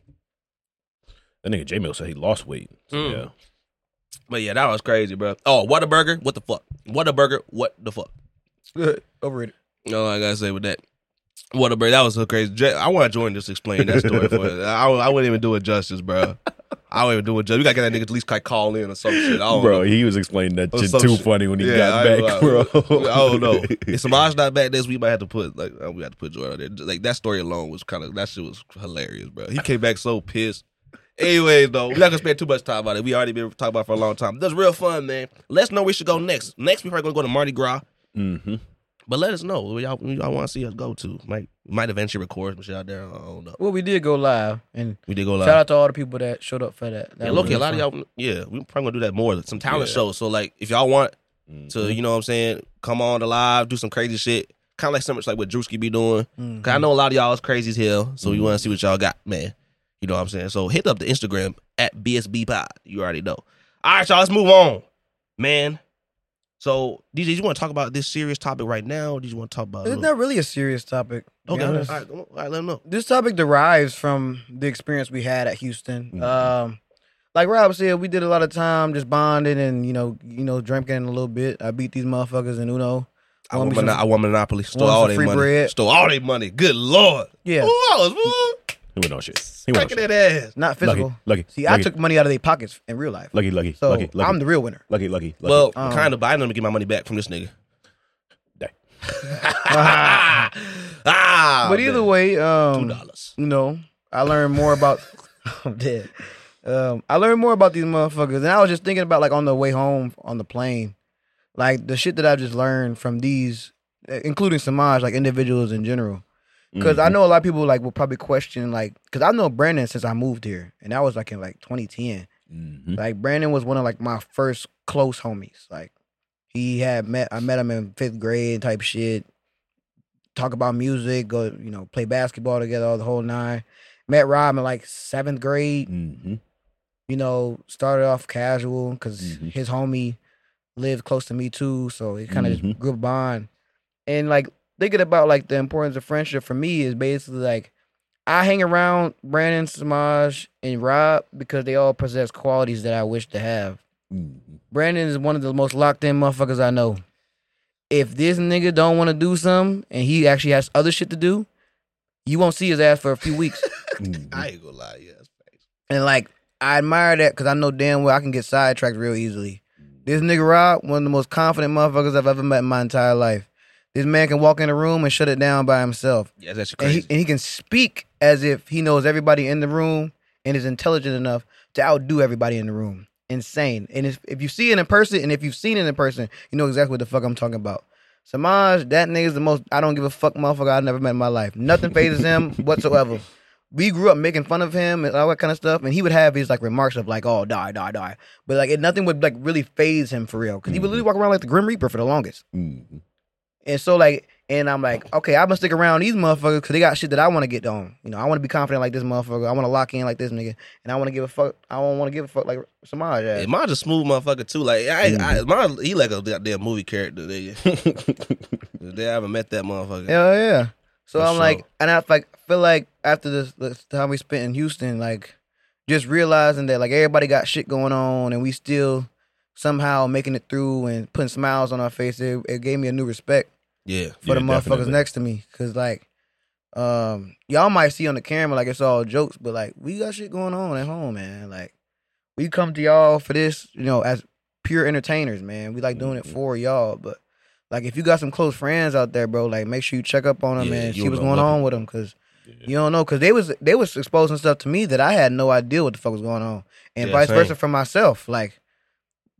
That nigga J Mill said he lost weight. So, Mm. Yeah. But yeah, that was crazy, bro. Oh, Whataburger. What the fuck? Whataburger. What the fuck? Overrated. No, Oh, I gotta say with that. What a bird! That was so crazy. Jay- I want to join just explain that story for us. I, I wouldn't even do it justice, bro. I wouldn't even do it justice. We gotta get that nigga to at least like call in or some Oh, shit. I don't Bro, know. he was explaining that Or shit some too shit. funny when he Yeah, got I back, ain't bro. gonna I don't know. If Samaj not back this, we might have to put like uh, we had to put Jordan out there. Like that story alone was kind of that shit was hilarious, bro. He came back so pissed. Anyway, though, we're not gonna spend too much time about it. We already been talking about it for a long time. That's real fun, man. Let us know where we should go next. Next, we probably gonna go to Mardi Gras, Mm-hmm. but let us know where y'all, where y'all want to see us go to. Might might eventually record some shit out there. I don't know. Well, we did go live, and We did go shout live. out to all the people that showed up for that. that Yeah, was look, a really lot of fun. y'all. Yeah, we probably gonna do that more. Some talent Yeah. shows. So like, if y'all want Mm-hmm. Mm. to, you know what I'm saying, come on the live, do some crazy shit. Kind of like something like what Drewski be doing. Mm. Mhm. Mm-hmm. Cause I know a lot of y'all is crazy as hell, so we want to see what y'all got, man. You know what I'm saying? So hit up the Instagram at BSB Pod. You already know. All right, y'all, let's move on, man. So DJ, you want to talk about this serious topic right now? Or did you want to talk about? a It's little- not really a serious topic. to be okay, all right, honest. all right, come on. all right, let them know. This topic derives from the experience we had at Houston. Mhm. Um, like Rob said, we did a lot of time just bonding and you know, you know, drinking a little bit. I beat these motherfuckers in Uno. I want, Want me some- mono- I want Monopoly. Stole want all some their free money. bread? Stole all their money. Good lord. Yeah, Ooh, I was ooh, He went on shit. He went on cracking shit. that ass. not physical. Lucky, lucky. See, lucky, I took money out of their pockets in real life, lucky, lucky, so lucky, lucky, I'm the real winner. lucky, lucky, lucky. Well, Um, kind of, but I know to get my money back from this nigga. Dang. ah, but either man. way, two um, dollars. you know, I learned more about. I'm dead. Um, I learned more about these motherfuckers, and I was just thinking about like on the way home on the plane, like the shit that I just learned from these, eh, including Samaj, like individuals in general. Because Mm-hmm. I know a lot of people like will probably question like, because I know Brandon since I moved here, and that was like in like 2010. Mhm. Like Brandon was one of like my first close homies. Like he had met I met him in fifth grade type shit. Talk about music, go you know, play basketball together, all the whole nine. Met Rob in like seventh grade. Mhm. You know, started off casual because Mhm. his homie lived close to me too, so it kind of Mhm. just grew a bond. And like thinking about like the importance of friendship for me is basically like I hang around Brandon, Samaj, and Rob because they all possess qualities that I wish to have. Mhm. Brandon is one of the most locked in motherfuckers I know. If this nigga don't want to do something and he actually has other shit to do, you won't see his ass for a few weeks. Mhm. I ain't gonna lie, yeah. that's facts. and like I admire that because I know damn well I can get sidetracked real easily. This nigga Rob, one of the most confident motherfuckers I've ever met in my entire life. This man can walk in a room and shut it down by himself. Yeah, that's and crazy. he, and he can speak as if he knows everybody in the room and is intelligent enough to outdo everybody in the room. Insane. And if, if you see it in person, and if you've seen it in person, you know exactly what the fuck I'm talking about. Samaj, that nigga's the most I don't give a fuck motherfucker I've never met in my life. Nothing phases him whatsoever. We grew up making fun of him and all that kind of stuff, and he would have his like remarks of like, "Oh, die, die, die," but like it, nothing would like really phase him for real because he would literally walk around like the Grim Reaper for the longest. Mhm. And so like, and I'm like, okay, I'm gonna stick around these motherfuckers because they got shit that I want to get on. You know, I want to be confident like this motherfucker. I want to lock in like this nigga, and I want to give a fuck. I don't want to give a fuck like Samaj. Yeah, ass. mine's a smooth motherfucker too. Like I, Mm. I mine, he like a goddamn movie character. They, they haven't met that motherfucker. Yeah, yeah. So For I'm like, sure. and I like feel like after this, this time we spent in Houston, like just realizing that like everybody got shit going on, and we still somehow making it through and putting smiles on our faces. It, it gave me a new respect. Yeah, for Yeah, the motherfuckers definitely. next to me. Cause like, um, y'all might see on the camera like it's all jokes, but like we got shit going on at home, man. Like we come to y'all for this, you know, as pure entertainers, man. We like doing it Mhm. for y'all, but like if you got some close friends out there, bro, like make sure you check up on them Yeah, and you see what's don't know going what- on with them, cause Yeah. you don't know, cause they was they was exposing stuff to me that I had no idea what the fuck was going on, and Yeah, vice same. versa for myself, like.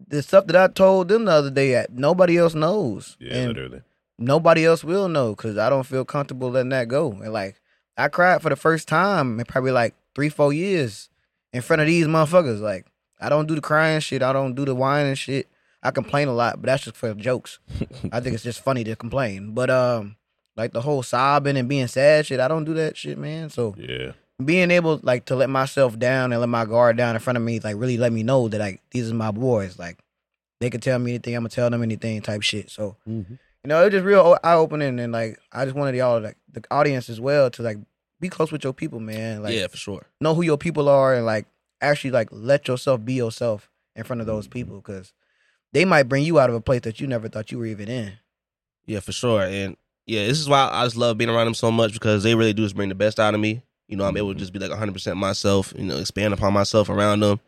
The stuff that I told them the other day, that nobody else knows. Yeah, And literally. nobody else will know because I don't feel comfortable letting that go. And like, I cried for the first time in probably like three, four years in front of these motherfuckers. Like, I don't do the crying shit. I don't do the whining shit. I complain a lot, but that's just for jokes. I think it's just funny to complain. But um, like the whole sobbing and being sad shit, I don't do that shit, man. So Yeah. being able like to let myself down and let my guard down in front of me, like really let me know that like these is my boys. Like they can tell me anything, I'm gonna tell them anything type shit. So Mm-hmm. you know, it was just real eye opening, and like I just wanted y'all, like the audience as well, to like be close with your people, man. Like yeah, for sure. know who your people are, and like actually like let yourself be yourself in front of those Mm-hmm. people, because they might bring you out of a place that you never thought you were even in. Yeah, for sure. And yeah, this is why I just love being around them so much because they really do just bring the best out of me. You know, I'm able to just be like 100% myself, you know, expand upon myself around them,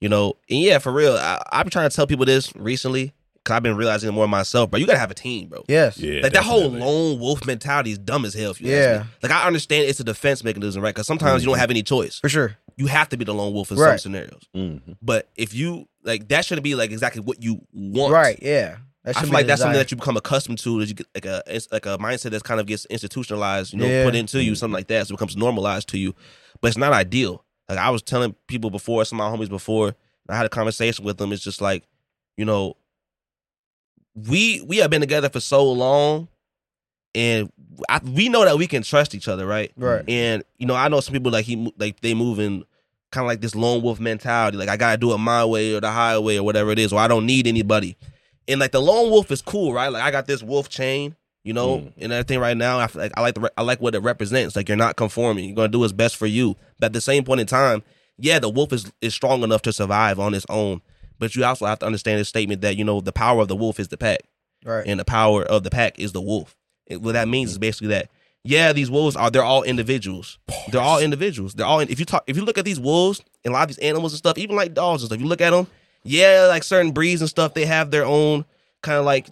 you know. And yeah, for real, I, I've been trying to tell people this recently because I've been realizing it more myself, bro. You got to have a team, bro. Yes. Yeah. like that whole definitely. lone wolf mentality is dumb as hell. If you Yeah. ask me. Like I understand it's a defense mechanism, right? Because sometimes you don't have any choice. For sure. you have to be the lone wolf in some Right. scenarios. Mm-hmm. But if you like, that shouldn't be like exactly what you want. Right. Yeah. That I should feel be like the that's something desire. that you become accustomed to. That you get like a it's like a mindset that's kind of gets institutionalized, you know, Yeah. put into you, something like that. So it becomes normalized to you, but it's not ideal. Like I was telling people before, some of my homies before, and I had a conversation with them. It's just like, you know, we we have been together for so long, and I, we know that we can trust each other, right? Right. And you know, I know some people like he mo- like they move in kind of like this lone wolf mentality, like I gotta do it my way or the highway or whatever it is, or I don't need anybody. And like the lone wolf is cool, right? Like I got this wolf chain, you know, Mm. and everything right now. I feel like I like the re- I like what it represents. Like you're not conforming. You're gonna do what's best for you. But at the same point in time, yeah, the wolf is is strong enough to survive on its own. But you also have to understand the statement that you know the power of the wolf is the pack Right. Mm-hmm. and the power of the pack is the wolf. It- what that means is basically that yeah, these wolves are they're all individuals. They're all individuals. They're all if you talk if you look at these wolves and a lot of these animals and stuff, even like dogs and stuff, you look at them, yeah, like certain breeds and stuff, they have their own kind of like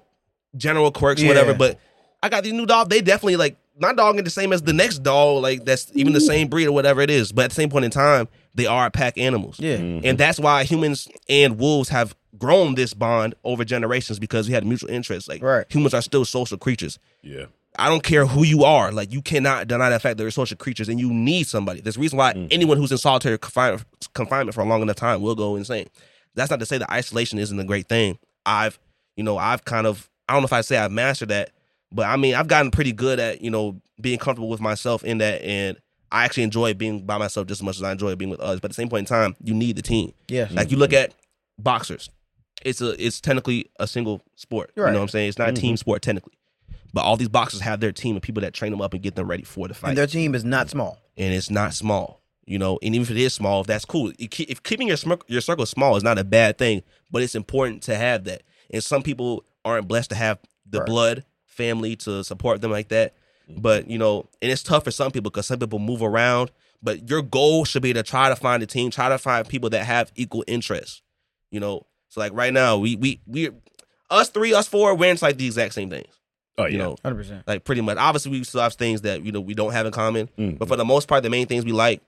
general quirks, whatever. Yeah. But I got these new dog. They definitely like my dog ain't the same as the next dog, like that's even the same breed or whatever it is. But at the same point in time, they are pack animals. Yeah. Mm-hmm. And that's why humans and wolves have grown this bond over generations because we had mutual interests. Like Right. humans are still social creatures. Yeah. I don't care who you are. Like you cannot deny the fact that you're social creatures and you need somebody. There's a reason why anyone who's in solitary confine- confinement for a long enough time will go insane. That's not to say that isolation isn't a great thing. I've, you know, I've kind of, I don't know if I say I've mastered that, but I mean, I've gotten pretty good at, you know, being comfortable with myself in that. And I actually enjoy being by myself just as much as I enjoy being with others. But at the same point in time, you need the team. Yes. Like you look at boxers, it's a it's technically a single sport. You Right. know what I'm saying? It's not a team sport technically, but all these boxers have their team of people that train them up and get them ready for the fight. And, And their team is not small. it's not small, you know. And even if it is small, if that's cool, You keep- if keeping your smir- your circle small is not a bad thing, but it's important to have that. And some people aren't blessed to have the Right. blood family to support them like that. But you know, and it's tough for some people because some people move around. But your goal should be to try to find a team, try to find people that have equal interests. You know, so like right now, we we we us three, us four, we're into like the exact same things. Oh, You know, Hundred percent. like pretty much. Obviously, we still have things that you know we don't have in common, Mhm. but for the most part, the main things we like.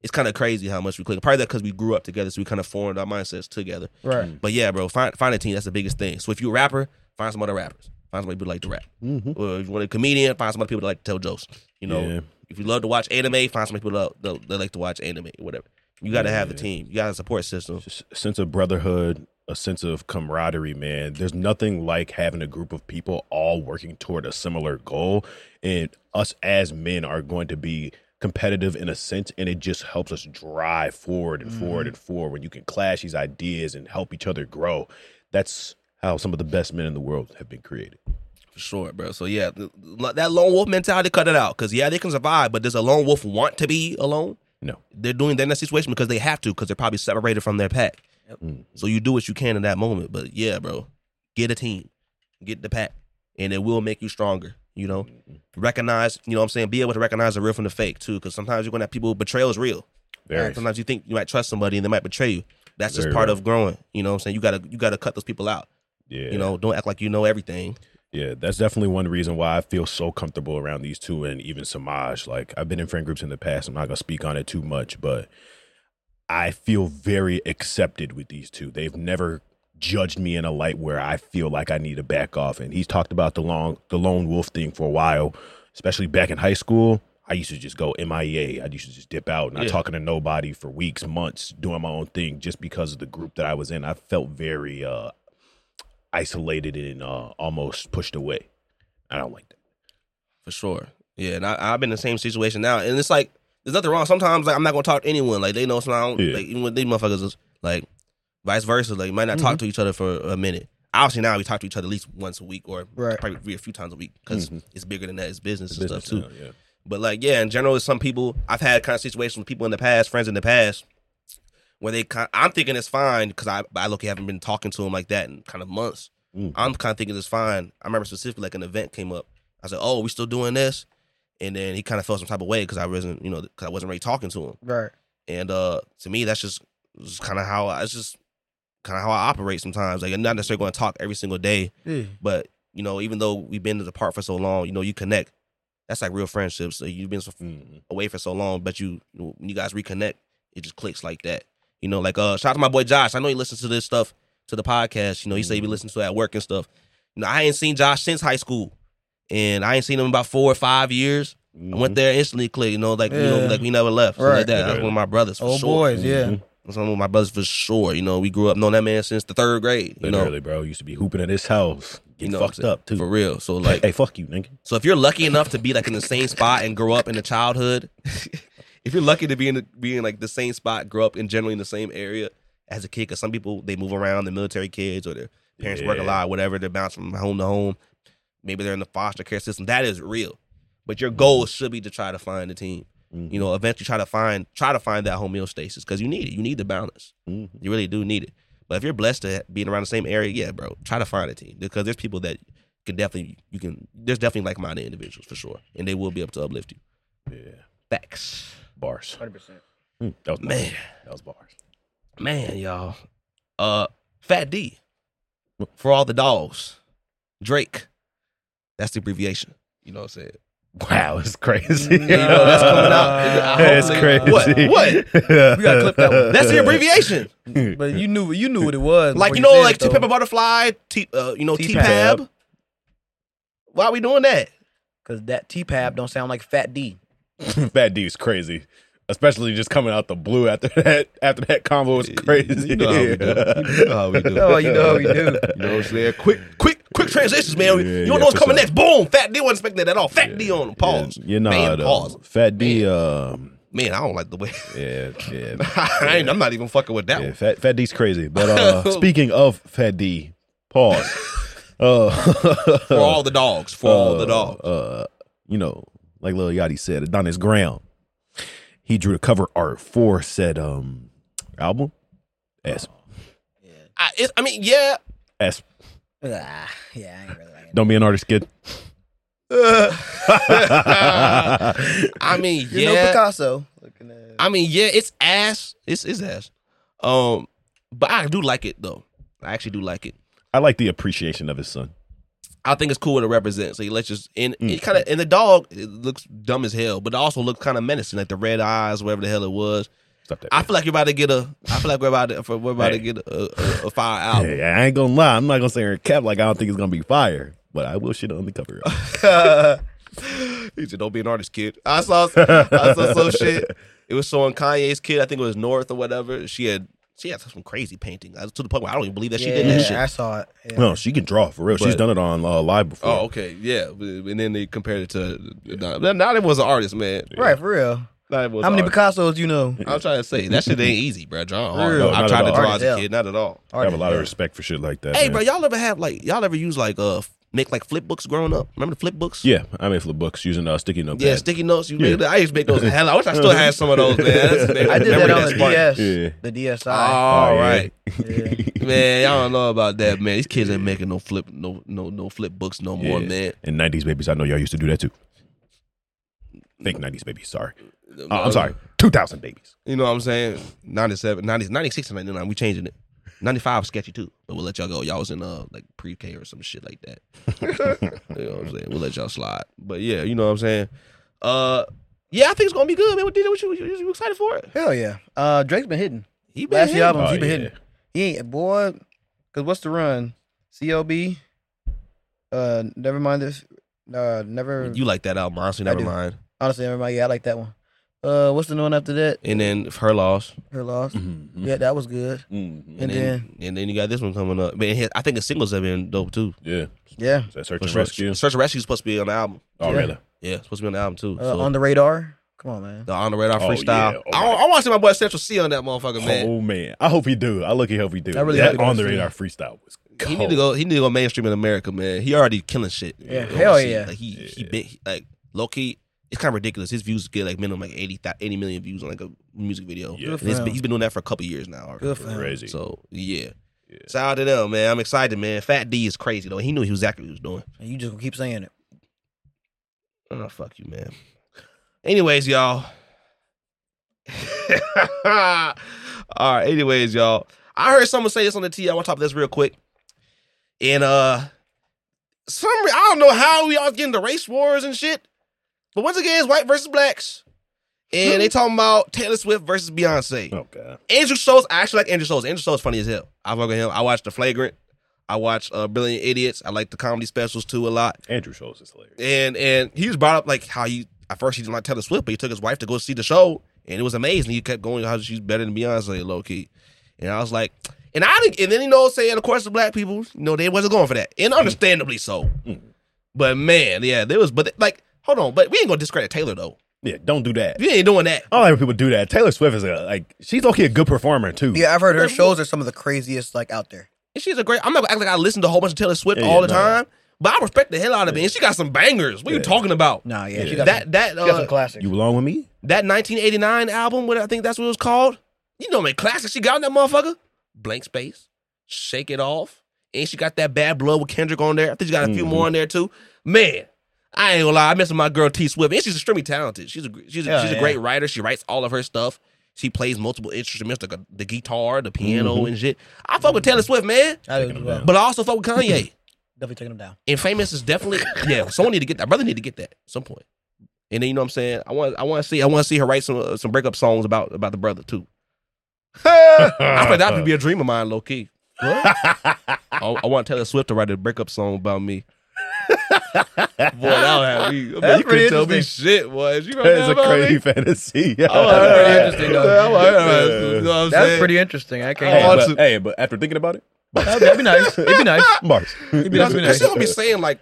It's kind of crazy how much we click. Probably that because we grew up together, so we kind of formed our mindsets together. Mm. Right. But yeah, bro, find find a team. That's the biggest thing. So if you're a rapper, find some other rappers. Find somebody who like to rap. Mhm. Or if you want a comedian, find some other people that like to tell jokes. You know, Yeah. if you love to watch anime, find some people that, that, that like to watch anime. Whatever. You got to have a team. You got a support system. Just a sense of brotherhood, a sense of camaraderie, man. There's nothing like having a group of people all working toward a similar goal. And us as men are going to be competitive in a sense, and it just helps us drive forward and forward and forward when you can clash these ideas and help each other grow. That's how some of the best men in the world have been created. For sure, bro. So yeah, th- th- that lone wolf mentality, cut it out. Because yeah, they can survive, but does a lone wolf want to be alone? No. They're doing that in that situation because they have to, because they're probably separated from their pack. Mm. So you do what you can in that moment. But yeah, bro, get a team, get the pack, and it will make you stronger. You know, Mm-hmm. recognize. You know what I'm saying. Be able to recognize the real from the fake too, because sometimes you're gonna have people betrayal is real. Very. Sometimes you think you might trust somebody and they might betray you. That's just Very part real. of growing. You know what I'm saying. You gotta you gotta cut those people out. Yeah. You know, don't act like you know everything. Yeah, that's definitely one reason why I feel so comfortable around these two and even Samaj. Like I've been in friend groups in the past. I'm not gonna speak on it too much, but I feel very accepted with these two. They've never judged me in a light where I feel like I need to back off. And he's talked about the long the lone wolf thing for a while, especially back in high school. I used to just go MIA. I used to just dip out, not Yeah. talking to nobody for weeks, months, doing my own thing just because of the group that I was in. I felt very uh isolated and uh, almost pushed away. I don't like that. for sure. Yeah, and I, I've been in the same situation now, and it's like there's nothing wrong. Sometimes like I'm not gonna talk to anyone. Like they know, so I don't, Yeah. like even with these motherfuckers, it's like vice versa. Like you might not talk to each other for a minute. Obviously now we talk to each other at least once a week or Right. probably a few times a week because it's bigger than that. It's business and Business stuff too. now, yeah. But like, yeah, in general, it's some people I've had kind of situations with people in the past, friends in the past, where they kind I'm thinking it's fine because I I look haven't been talking to them like that in kind of months. Mhm. I'm kind of thinking it's fine. I remember specifically like an event came up. I said, "Oh, we still doing this," and then he kind of felt some type of way because I wasn't you know 'cause I wasn't really talking to him. Right. And uh to me, that's just, kind of how I, it's just kind of how I operate sometimes. Like I'm not necessarily going to talk every single day, Yeah. but you know, even though we've been apart for so long, you know, you connect. That's like real friendships. So you've been so Mhm. away for so long, but you when you guys reconnect, It just clicks like that. You know, like uh, shout out to my boy Josh. I know he listens to this stuff to the podcast. You know, he said he Mm-hmm. be listening to it at work and stuff. You know, I ain't seen Josh since high school, and I ain't seen him in about four or five years. I went there instantly clicked. You know, like you know, Mm-hmm. Yeah. like we never left. So like Right. Oh, that. That's one of my brothers. For Old sure. Mm-hmm. boys, yeah. That's one of my brothers for sure. You know, we grew up knowing that man since the third grade. You know, Literally, bro. Used to be hooping at his house. You Getting know what I'm fucked saying? up, too. for real. So Like, like, hey, fuck you, nigga. so if you're lucky enough to be like in the same spot and grow up in the childhood, if you're lucky to be in the, be in like the same spot, grow up in generally in the same area as a kid, because some people they move around, the military kids or their parents work a Yeah. lot, whatever, they bounce from home to home. Maybe they're in the foster care system. That is real. But your goal should be to try to find a team. Mhm. You know, eventually try to find try to find that homeostasis because you need it. You need the balance. Mhm. You really do need it. But if you're blessed to being around the same area, yeah, bro, try to find a team because there's people that can definitely you can. There's definitely like-minded individuals for sure, and they will be able to uplift you. Yeah. Facts, Bars. 100%. Mm, that was man, That was bars. man, y'all. Uh, Fat D for all the dogs, Drake. That's the abbreviation. You know what I'm saying? Wow, it's crazy. know, that's coming out. That's crazy. What? What? We gotta clip that one. That's the abbreviation. But you knew you knew what it was. Like before you know, said like it, though. T Pepper Butterfly, T, uh, you know T T-Pab. Pab. Why are we doing that? Cause that T Pab don't sound like Fat D. Fat D was crazy. Especially just coming out the blue after that after that combo was crazy. You know how we do. You know how we do. Oh, you know we do. You know what I'm saying? Quick, quick, quick transitions, man. Yeah, you yeah, don't know what's for coming sure. next. Boom. Fat D wasn't expecting that at all. Fat D on him. pause. Yeah, you know, how man, it, uh, pause. Fat D. Um, Man, I don't like the way. yeah, yeah, I ain't, I'm not even fucking with that yeah. one. Fat Fat D's crazy. But uh, speaking of Fat D, pause. Uh, For all the dogs. For all the uh, dogs. Uh, you know, like Lil Yachty said, Adonis Graham. He drew the cover art for said um album. As I, it, I mean, yeah. as Ah, yeah, I ain't really like it. don't be an artist, kid. I mean, You know yeah. Picasso. Looking at I mean, yeah, it's ass. It's, it's ass. Um, But I do like it, though. I actually do like it. I like the appreciation of his son. I think it's cool what it represents. So he lets just and Mm. it kind of and the dog it looks dumb as hell, but it also looks kind of menacing, like the red eyes, whatever the hell it was. Stop that. I feel like you're about to get a. I feel like we're about to we're about to Hey. get a, a, a fire album. Hey, I ain't gonna lie. I'm not gonna say her cap like I don't think it's gonna be fire, but I will shit on the cover. art. he said, "Don't be an artist, kid." I saw I saw some shit. It was showing Kanye's kid. I think it was North or whatever. She had she had some crazy painting I- to the point where I don't even believe that she did that shit. I saw it. Oh, Yeah. no, she can draw for real. She's But- done it on uh, live before. Oh, okay, yeah. And then they compared it to now. Now it was an artist, man. Right, for real. Now it was How an many artist. Picassos you know? I'm trying to say that shit ain't easy, bro. John, hard. No, I not tried at to all. draw as a Hard as kid, not at all. I have a lot of respect for shit like that. Hey, man. bro, y'all ever have like y'all ever use like uh f- make like flip books growing up? Remember the flip books? Yeah, I made flip books using uh, sticky note. Yeah, pad. sticky notes. You Yeah. made, I used to make those. Hell, I wish I still had some of those, man. That's, man I did memory that on that's the spark. DS. Yeah. The DSi. All Oh, yeah. right, Yeah. man. Y'all don't know about that, man. These kids ain't making no flip, no, no, no flip books no more, Yeah. man. And nineties babies, I know y'all used to do that too. Think nineties babies. Sorry, Oh, I'm sorry. Two thousand babies. You know what I'm saying? 97, 90, 96 and 99. We changing it. 95 sketchy too, but we'll let y'all go. Y'all was in uh like pre-K or some shit like that. you know what I'm saying? We'll let y'all slide. But yeah, you know what I'm saying? Uh yeah, I think it's gonna be good, man. What did what you, you, you excited for it? Hell yeah. Uh, Drake's been hitting. He been Last few hitting. albums, Oh, he been yeah. hitting. He ain't boy. Cause what's the run? CLB. Uh, never mind this. Uh, never. You like that album, honestly, I never do. mind. honestly, never mind. Yeah, I like that one. Uh, what's the one after that? And then her loss. Her loss. Yeah, that was good. Mm-hmm. And then and then you got this one coming up. Man, his- I think the singles have been dope too. Yeah, yeah, is that search Search and rescue. Search and Rescue is supposed to be on the album. Oh, Yeah. really? Yeah, it's supposed to be on the album too. uh, so on the radar. Come on, man. the on the radar Oh, freestyle. yeah. Oh, I, my- I want to see my boy Central C on that motherfucker, man. Oh man, I hope he do. I look he hope he do. I really that hope he on the does, radar freestyle was. Cold. He need to go. He need to go mainstream in America, man. He already killing shit. Yeah, You know hell what I'm saying? yeah. Like he, he bit he- like low key. It's kind of ridiculous. His views get like minimum like 80, 80 million views on like a music video. Yeah. And it's been- him. he's been doing that for a couple years now. Already. Good for him. Crazy. So yeah. Shout out to them, man. I'm excited, man. Fat D is crazy though. He knew he was exactly what he was doing. You just gonna keep saying it. Oh fuck you, man. Anyways, y'all. All right. Anyways, y'all. I heard someone say this on the T. I want to talk about this real quick. And uh, some I don't know how we all get into race wars and shit, but once again, it's white versus blacks. and they talking about Taylor Swift versus Beyonce. Oh god. Andrew Schultz, I actually like Andrew Schultz. Andrew Schultz funny as hell. I fuck with him. I watch The Flagrant. I watch uh, Brilliant Idiots. I like the comedy specials too a lot. Andrew Schultz is hilarious. And and he was brought up like how he at first he didn't like Taylor Swift, but he took his wife to go see the show, and it was amazing. He kept going how she's better than Beyonce, low key. And I was like, and I didn't, and then you know, what I'm saying of course the black people, you know, they wasn't going for that, and understandably so. Mm. But man, yeah, there was, but like, hold on, but we ain't gonna discredit Taylor though. Yeah, don't do that. You ain't doing that. I don't like when people do that. Taylor Swift is a like she's okay a good performer too. Yeah, I've heard her shows are some of the craziest like out there. And she's a great. I'm not gonna act like I listen to a whole bunch of Taylor Swift Yeah, all yeah, the no. time, but I respect the hell out of it. And she got some bangers. What are you Yeah. talking about? Nah, yeah. Yeah. She got, That that she got uh, some classics. You along with me? that 1989 album, what I think that's what it was called. You know, man, classic. She got on that motherfucker. Blank space. Shake it off. And she got that bad blood with Kendrick on there. I think she got a few Mm-hmm. Mhm. more on there too. Man, I ain't gonna lie. I miss my girl T Swift, and she's extremely talented. She's a gr- she's a, Yeah, she's a yeah. great writer. She writes all of her stuff. She plays multiple instruments, like a, the guitar, the piano, Mm-hmm. and shit. I fuck with Taylor Swift, man, I do as well. but I also fuck with Kanye. Definitely taking them down. And famous is definitely yeah. Someone need to get that. Brother need to get that at some point. And then you know what I'm saying. I want I want to see I want to see her write some uh, some breakup songs about about the brother too. I Uh, think that would be a dream of mine, low key. I, I want Taylor Swift to write a breakup song about me. boy, that would have me. I mean, That's you pretty couldn't tell me interesting. shit, boy. She wrote That is that a about crazy me. fantasy. Oh, all That's pretty right. interesting, though. Yeah, I'm like, all right. You know what I'm That's saying? pretty interesting. I I can't. want Hey, to- but, hey, but after thinking about it, That'd be nice. It'd be nice. Mars. That's pretty Cause nice. she don't be saying like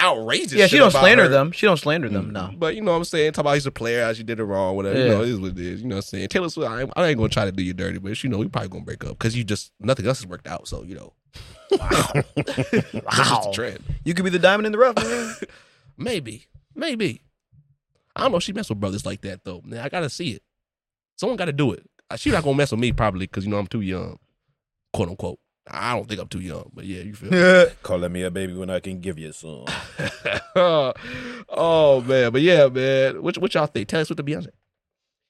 outrageous. Yeah, she shit don't about slander her. them. She don't slander them. No. But you know what I'm saying? Talk about he's a player, how she did it wrong, whatever. You Yeah. know, it is what it is. You know what I'm saying? Taylor Swift, I ain't, I ain't gonna try to do you dirty, but you know, we probably gonna break up because you just nothing else has worked out. So you know, wow, That's just a trend. You could be the diamond in the rough. man. Maybe, maybe. I don't know. if She mess with brothers like that though. Man, I gotta see it. Someone gotta do it. Uh, She not gonna mess with me probably because you know I'm too young, quote unquote. I don't think I'm too young, but yeah, you feel. me? Calling me a baby when I can give you some. oh man, but yeah, man. What what y'all think? Tell us what the Beyonce.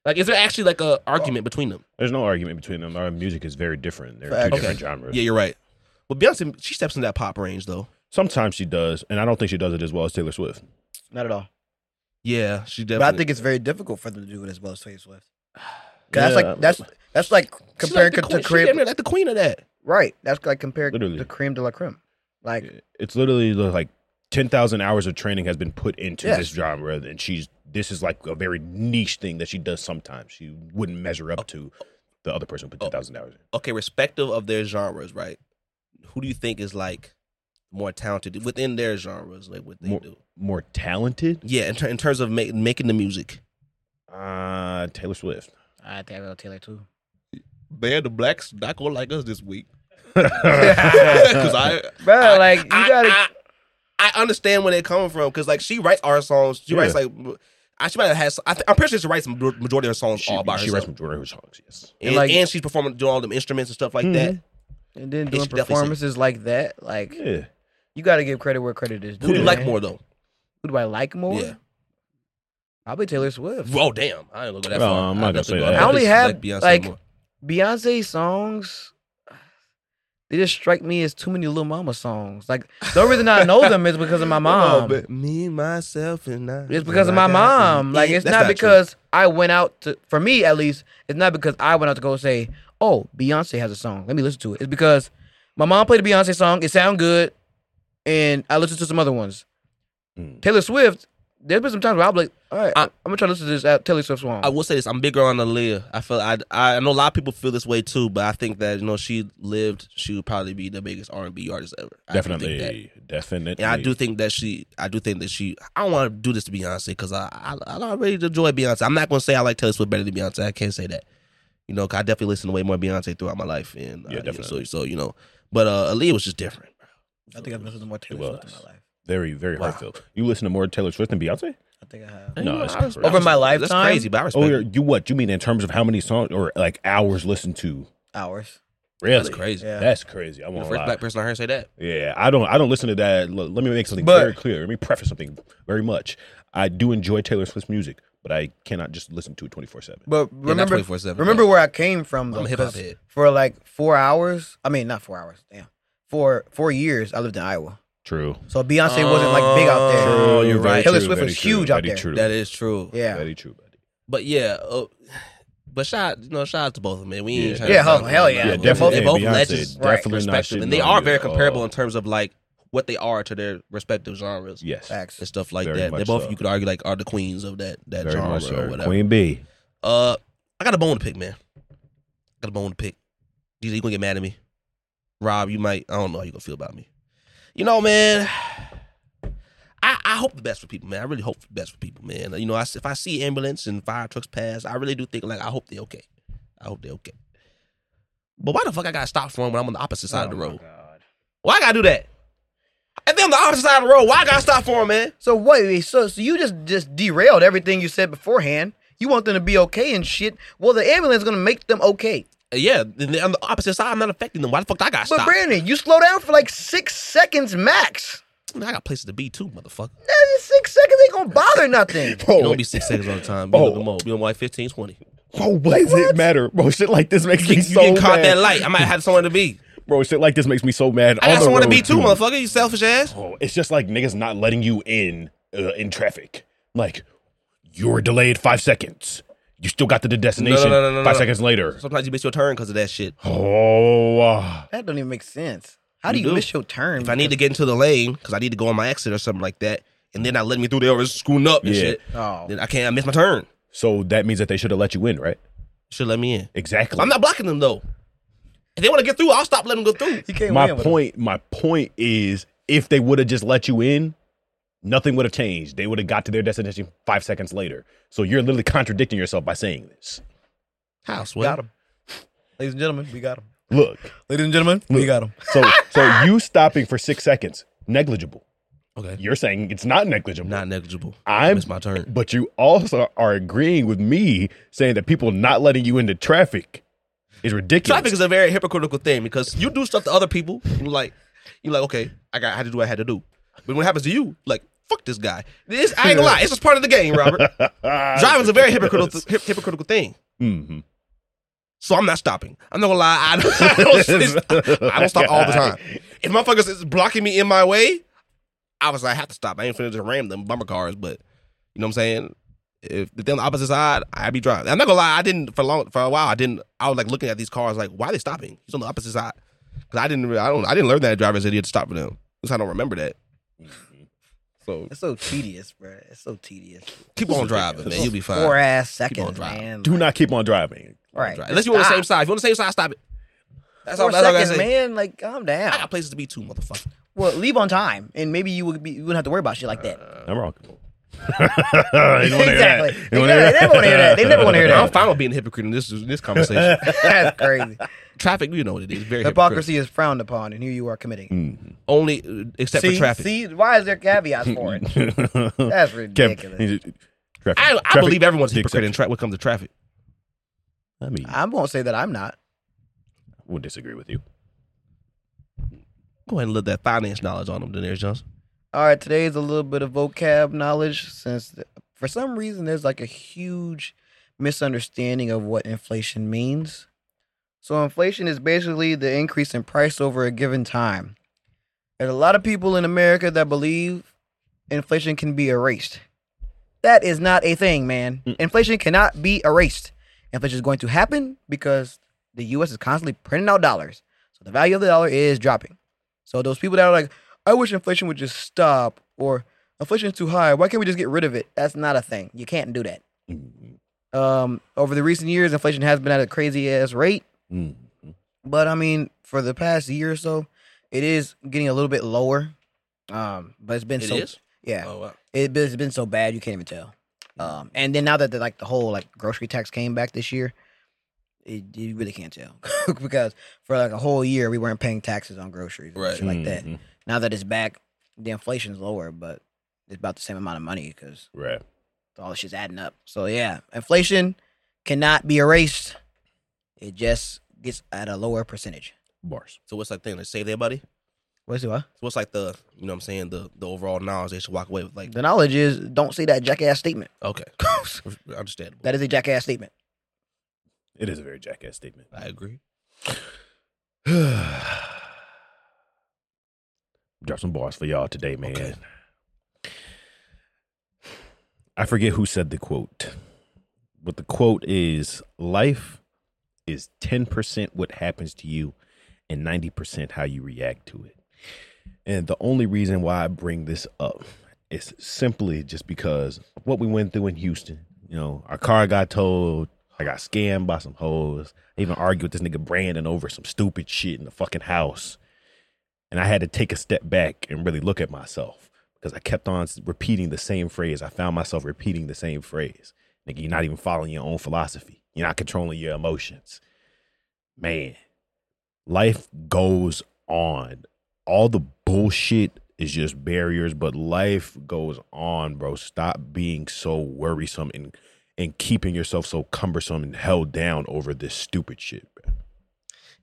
Like, is there actually like a argument between them? There's no argument between them. Our music is very different. They're two Facts. different genres. Yeah, you're right. Well, Beyonce, she steps in that pop range though. Sometimes she does, and I don't think she does it as well as Taylor Swift. Not at all. Yeah, she definitely. but I think it's very difficult for them to do it as well as Taylor Swift. 'Cause Yeah, that's like that's that's like She's comparing like the to queen, Crib. She damn near like the queen of that. Right. That's like compared Literally. to creme de la creme. Like It's literally like ten thousand hours of training has been put into Yes. this genre, and she's this is like a very niche thing that she does sometimes. She wouldn't measure up to the other person who put Oh. ten thousand hours. in. Okay, respective of their genres, right? Who do you think is like more talented within their genres, like what they More- do? More talented, Yeah, in, ter- in terms of ma- making the music. uh, Taylor Swift. I think I go Taylor too. Man, the blacks not gonna like us this week Because I Bro, I- like you I, gotta. I, I understand where they're coming from because like she writes our songs. She Yeah. writes like I she might have had. Some, I th- I'm pretty sure she writes the major- majority of her songs she, all by she herself. writes majority of her songs. Yes, and, And, like- Mm-hmm. and she's performing doing all them instruments and stuff like that. should and then doing definitely say- performances like that, like yeah. you gotta give credit where credit is due. Who do you man. like more though? Who do I like more? Yeah. Probably Taylor Swift. Oh damn, I ain't gonna go that No, far. I'm not gonna definitely say that. I I only definitely have, Beyonce like- more. Beyonce songs, they just strike me as too many Lil Mama songs. Like the only reason I know them is because Oh, of my mom. me myself and I. It's because of my mom. Like it's That's not true. because I went out to for me at least, it's not because I went out to go say, Oh, Beyonce has a song. Let me listen to it. It's because my mom played a Beyonce song, it sounded good, and I listened to some other ones. Mm. Taylor Swift, there's been some times where I'll be like, all right, Hmm. I- I, am gonna try to listen to this uh, Taylor Swift song. I will say this: I'm bigger on Aaliyah. I feel I I know a lot of people feel this way too, but I think that you know she lived. She would probably be the biggest R and B artist ever. I do think that. Definitely, definitely. And I do think that she, I do think that she, I don't want to do this to Beyonce because I, I, I already enjoy Beyonce. I'm not gonna say I like Taylor Swift better than Beyonce. I can't say that. You know, 'cause I definitely listen to way more Beyonce throughout my life, and uh, Yeah, you know, definitely. so, so you know, but uh, Aaliyah was just different. I think I've listened to more Taylor was. Swift in my life. very, very Wow. heartfelt. You listen to more Taylor Swift than Beyonce? I think I have. No, You know, it's I not respect- correct. Over my That's lifetime? crazy, but I respect. Oh, it. you're- you what? You mean in terms of how many songs or like hours listened to? Hours. Really? That's crazy. Yeah. That's crazy. I You're won't the first lie. black person I heard say that. Yeah, I don't. I don't listen to that. L- let me make something But- very clear. Let me preface something very much. I do enjoy Taylor Swift's music, but I cannot just listen to it twenty four seven. But Yeah, not remember 24/7, remember where I came from I'm though. a hip-hop 'cause head. For like four hours. I mean not four hours, damn. For four years I lived in Iowa. True. So Beyonce wasn't like big out there. Oh, you're very right. Taylor true, Swift very was true, huge out very there. True. That is true. Yeah. Very true. buddy. But yeah, uh, but shout, you know, shout out to both of them. Man, we ain't Yeah. trying Yeah, to hell- knock hell them yeah. down. Yeah, They're definitely. Both, and they're both Beyonce legends, right, definitely not respective, shitting and they on are the, very comparable uh, in terms of like what they are to their respective genres Yes, Facts. and stuff like Very that. They much both, so. you could argue, like are the queens of that that very genre much so. or whatever. Queen B. Uh, I got a bone to pick, man. got a bone to pick. DJ, you gonna get mad at me? Rob, you might. I don't know how you gonna feel about me. You know, man. I, I hope the best for people, man. I really hope the best for people, man. You know, I, if I see ambulance and fire trucks pass, I really do think like I hope they're okay. I hope they're okay. But why the fuck I gotta stop for them when I'm on the opposite side of the road? Why I gotta do that? If they're on the opposite side of the road, why I gotta stop for them, man? So wait, wait, so so you just just derailed everything you said beforehand. You want them to be okay and shit. Well, the ambulance is gonna make them okay. Uh, Yeah, then they're on the opposite side, I'm not affecting them. Why the fuck I gotta But stop? Brandon, you slow down for like six seconds max. I got places to be too, motherfucker. Nah, just Six seconds ain't gonna bother nothing. Bro, It don't be six seconds all the time. You Oh. oh. know, be on like 15, 20. bro, why does it matter, bro? Shit like this makes me You, so get caught mad, that light. I might have someone to be. bro. Shit like this makes me so mad. I On got the someone to road, be too, too. motherfucker. You selfish ass. Oh, it's just like niggas not letting you in uh, in traffic. Like you're delayed five seconds. You still got to the destination no, no, no, five no. seconds later. Sometimes you miss your turn because of that shit. Oh, uh, That don't even make sense. How do You you do. miss your turn? If I need to get into the lane because I need to go on my exit or something like that, and then I let me through there or it's screwing up and Yeah. shit, Oh. then I can't I miss my turn. so that means that they should have let you in, right? Should let me in. Exactly. I'm not blocking them though. If they want to get through, I'll stop letting them go through. You can't my win with point. My point is, if they would have just let you in, nothing would have changed. They would have got to their destination five seconds later. So you're literally contradicting yourself by saying this. How, them. Got sweat? him. Ladies and gentlemen, we got him. Look, Ladies and gentlemen, we got him. so so you stopping for six seconds negligible. Okay. You're saying it's not negligible. Not negligible. I'm It's my turn. But you also are agreeing with me saying that people not letting you into traffic is ridiculous. Traffic is a very hypocritical thing because you do stuff to other people. You like, you like, okay, I got, I had to do what I had to do. But when it happens to you, like, fuck this guy. This, I ain't gonna lie, it's just part of the game, Robert. Uh, Driving's a very hypocritical, hip, hypocritical thing. hmm So I'm not stopping. I'm not gonna lie, I don't, I don't, I don't stop all the time. If motherfuckers is blocking me in my way, I was like, I have to stop. I ain't finna just ram them bumper cars, but you know what I'm saying? If they're on the opposite side, I'd be driving. I'm not gonna lie, I didn't for long for a while. I didn't. I was like looking at these cars, like, why are they stopping? He's on the opposite side because I didn't. Really, I don't. I didn't learn that drivers idiot to stop for them. At least I don't remember that. So It's so tedious, bro. It's so tedious. keep on driving, man. You'll be fine. Four ass Uh, Keep on seconds, driving. man. Do not keep on driving. right. Drive. Unless you're on the Stop. same side. If you're on the same side, stop it. That's all. Four That's all I gotta seconds, say. man. Like, calm I down. got places to be too, motherfucker. Well, leave on time, and maybe you would be. You wouldn't have to worry about shit like that. Uh, I'm wrong. exactly. Exactly. Exactly. They never wanna hear that. They never wanna hear I'm that. fine with being a hypocrite in this in this conversation. That's crazy. Traffic, you know what it is. Very hypocritical. Hypocrisy is frowned upon, and here you are committing. it. Mm-hmm. Only uh, except see, for traffic. see, why is there caveats for it? That's ridiculous. Traffic. I, I Traffic believe everyone's a the hypocrite in tra- when it comes to traffic. I mean, I I'm gonna say that I'm not. would disagree with you. Go ahead and let that finance knowledge on them, Daenerys Johnson. All right, today's a little bit of vocab knowledge since th- for some reason there's like a huge misunderstanding of what inflation means. So, inflation is basically the increase in price over a given time. There's a lot of people in America that believe inflation can be erased. That is not a thing, man. Inflation cannot be erased. Inflation is going to happen because the US is constantly printing out dollars. So, the value of the dollar is dropping. So, those people that are like, I wish inflation would just stop or inflation's too high. Why can't we just get rid of it? That's not a thing. You can't do that. Mhm. Um, over the recent years, inflation has been at a crazy ass rate, Mhm. but I mean, for the past year or so, it is getting a little bit lower. Um, but it's been It so is? yeah, Oh, wow. it, has been so bad you can't even tell. Um, and then now that the, like the whole like grocery tax came back this year, it, you really can't tell because for like a whole year we weren't paying taxes on groceries, and Right. Shit like that Mhm. now that it's back, the inflation's lower, but it's about the same amount of money because Right. all the shit's adding up. So yeah, inflation cannot be erased. It just gets at a lower percentage. Bars. So what's that thing? They save their money? What's it? What? So what's like the, you know what I'm saying, the, the overall knowledge they should walk away with? Like, The knowledge is don't say that jackass statement. okay, understandable. that is a jackass statement. It is a very jackass statement. I agree. Drop some bars for y'all today, man. Okay. I forget who said the quote, But the quote is life is 10% what happens to you and 90% how you react to it. And the only reason why I bring this up is simply just because of what we went through in Houston. You know, our car got towed. I got scammed by some hoes. I even argued with this nigga Brandon over some stupid shit in the fucking house. And I had to take a step back and really look at myself because I kept on s- repeating the same phrase. I found myself repeating the same phrase. Nigga, you're not even following your own philosophy. You're not controlling your emotions. Man, life goes on. All the bullshit is just barriers, but life goes on, bro. Stop being so worrisome and and keeping yourself so cumbersome and held down over this stupid shit, bro.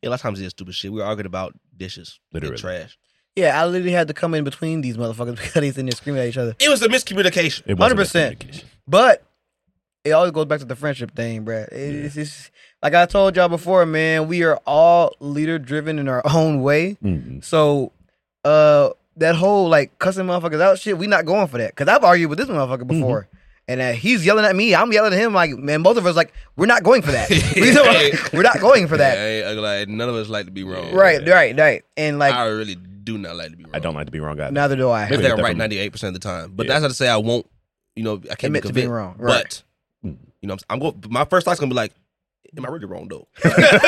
Yeah, a lot of times it's stupid shit. We were arguing about dishes, and Literally. trash. Yeah, I literally had to come in between these motherfuckers because they sitting there screaming at each other. It was a miscommunication. It wasn't 100%. miscommunication. But it always goes back to the friendship thing, bruh. It- It's just like I told y'all before, man. We are all leader driven in our own way. Mm-mm. So uh that whole like cussing motherfuckers out shit, we not going for that. Cause I've argued with this motherfucker Mm-hmm. before. And uh, he's yelling at me. I'm yelling at him. Like, man, both of us like, we're not going for that. We don't- we're not going for Yeah, that. I ain't- I like, none of us like to be wrong. Right, right, right. And like, I really do not like to be wrong. I don't like to be wrong, either. neither do I. Maybe Clear they're that right from- ninety eight percent of the time, but Yeah. that's not to say I won't. You know, I can't Admit be to being convinced. wrong, right. But Mm. you know, what I'm, saying? I'm going. My first thought's gonna be like, "Am I really wrong though?"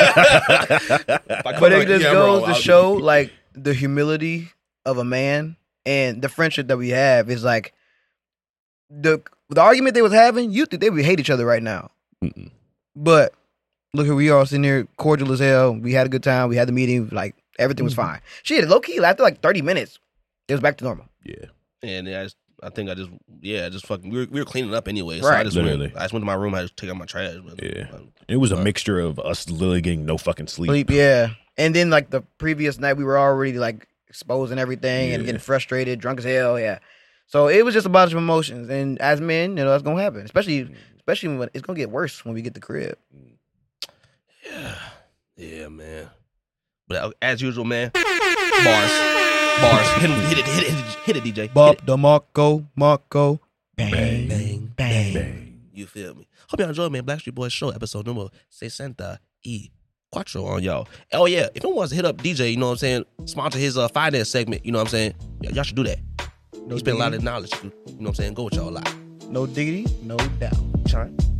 If I come out But it just yeah, I'm wrong, goes to I'll- show like the humility of a man and the friendship that we have is like the the argument they was having, you think they would hate each other right now. Mm-mm. But look here, we all sitting here cordial as hell. We had a good time, we had the meeting, like everything was fine. Shit, low key, after like 30 minutes, it was back to normal. Yeah. And I, just, I think I just, yeah, I just fucking, we were, we were cleaning up anyway. So I Right. just Literally. went, I just went to my room. I just took out my trash. But, Yeah. It was a mixture of us literally getting no fucking sleep. Sleep, yeah. And then like the previous night we were already like exposing everything and Yeah. getting frustrated, drunk as hell, yeah. So it was just a bunch of emotions. And as men, you know, that's gonna happen. Especially especially when it's gonna get worse when we get the crib. yeah, yeah, man. But I- as usual, man, bars, bars, hit, 'em, hit it, hit it, hit it, DJ, Hit it. the Marco, Marco, Bang, bang, bang. You feel me? Hope y'all enjoy, man. Black Street Boys show episode number 60 e quattro on y'all. Oh yeah, if anyone wants to hit up DJ, you know what I'm saying? Sponsor his uh, finance segment. You know what I'm saying? Y- y'all should do that. You spend a lot of knowledge. You know what I'm saying? Go with y'all a lot. No diggity, no doubt. Chime.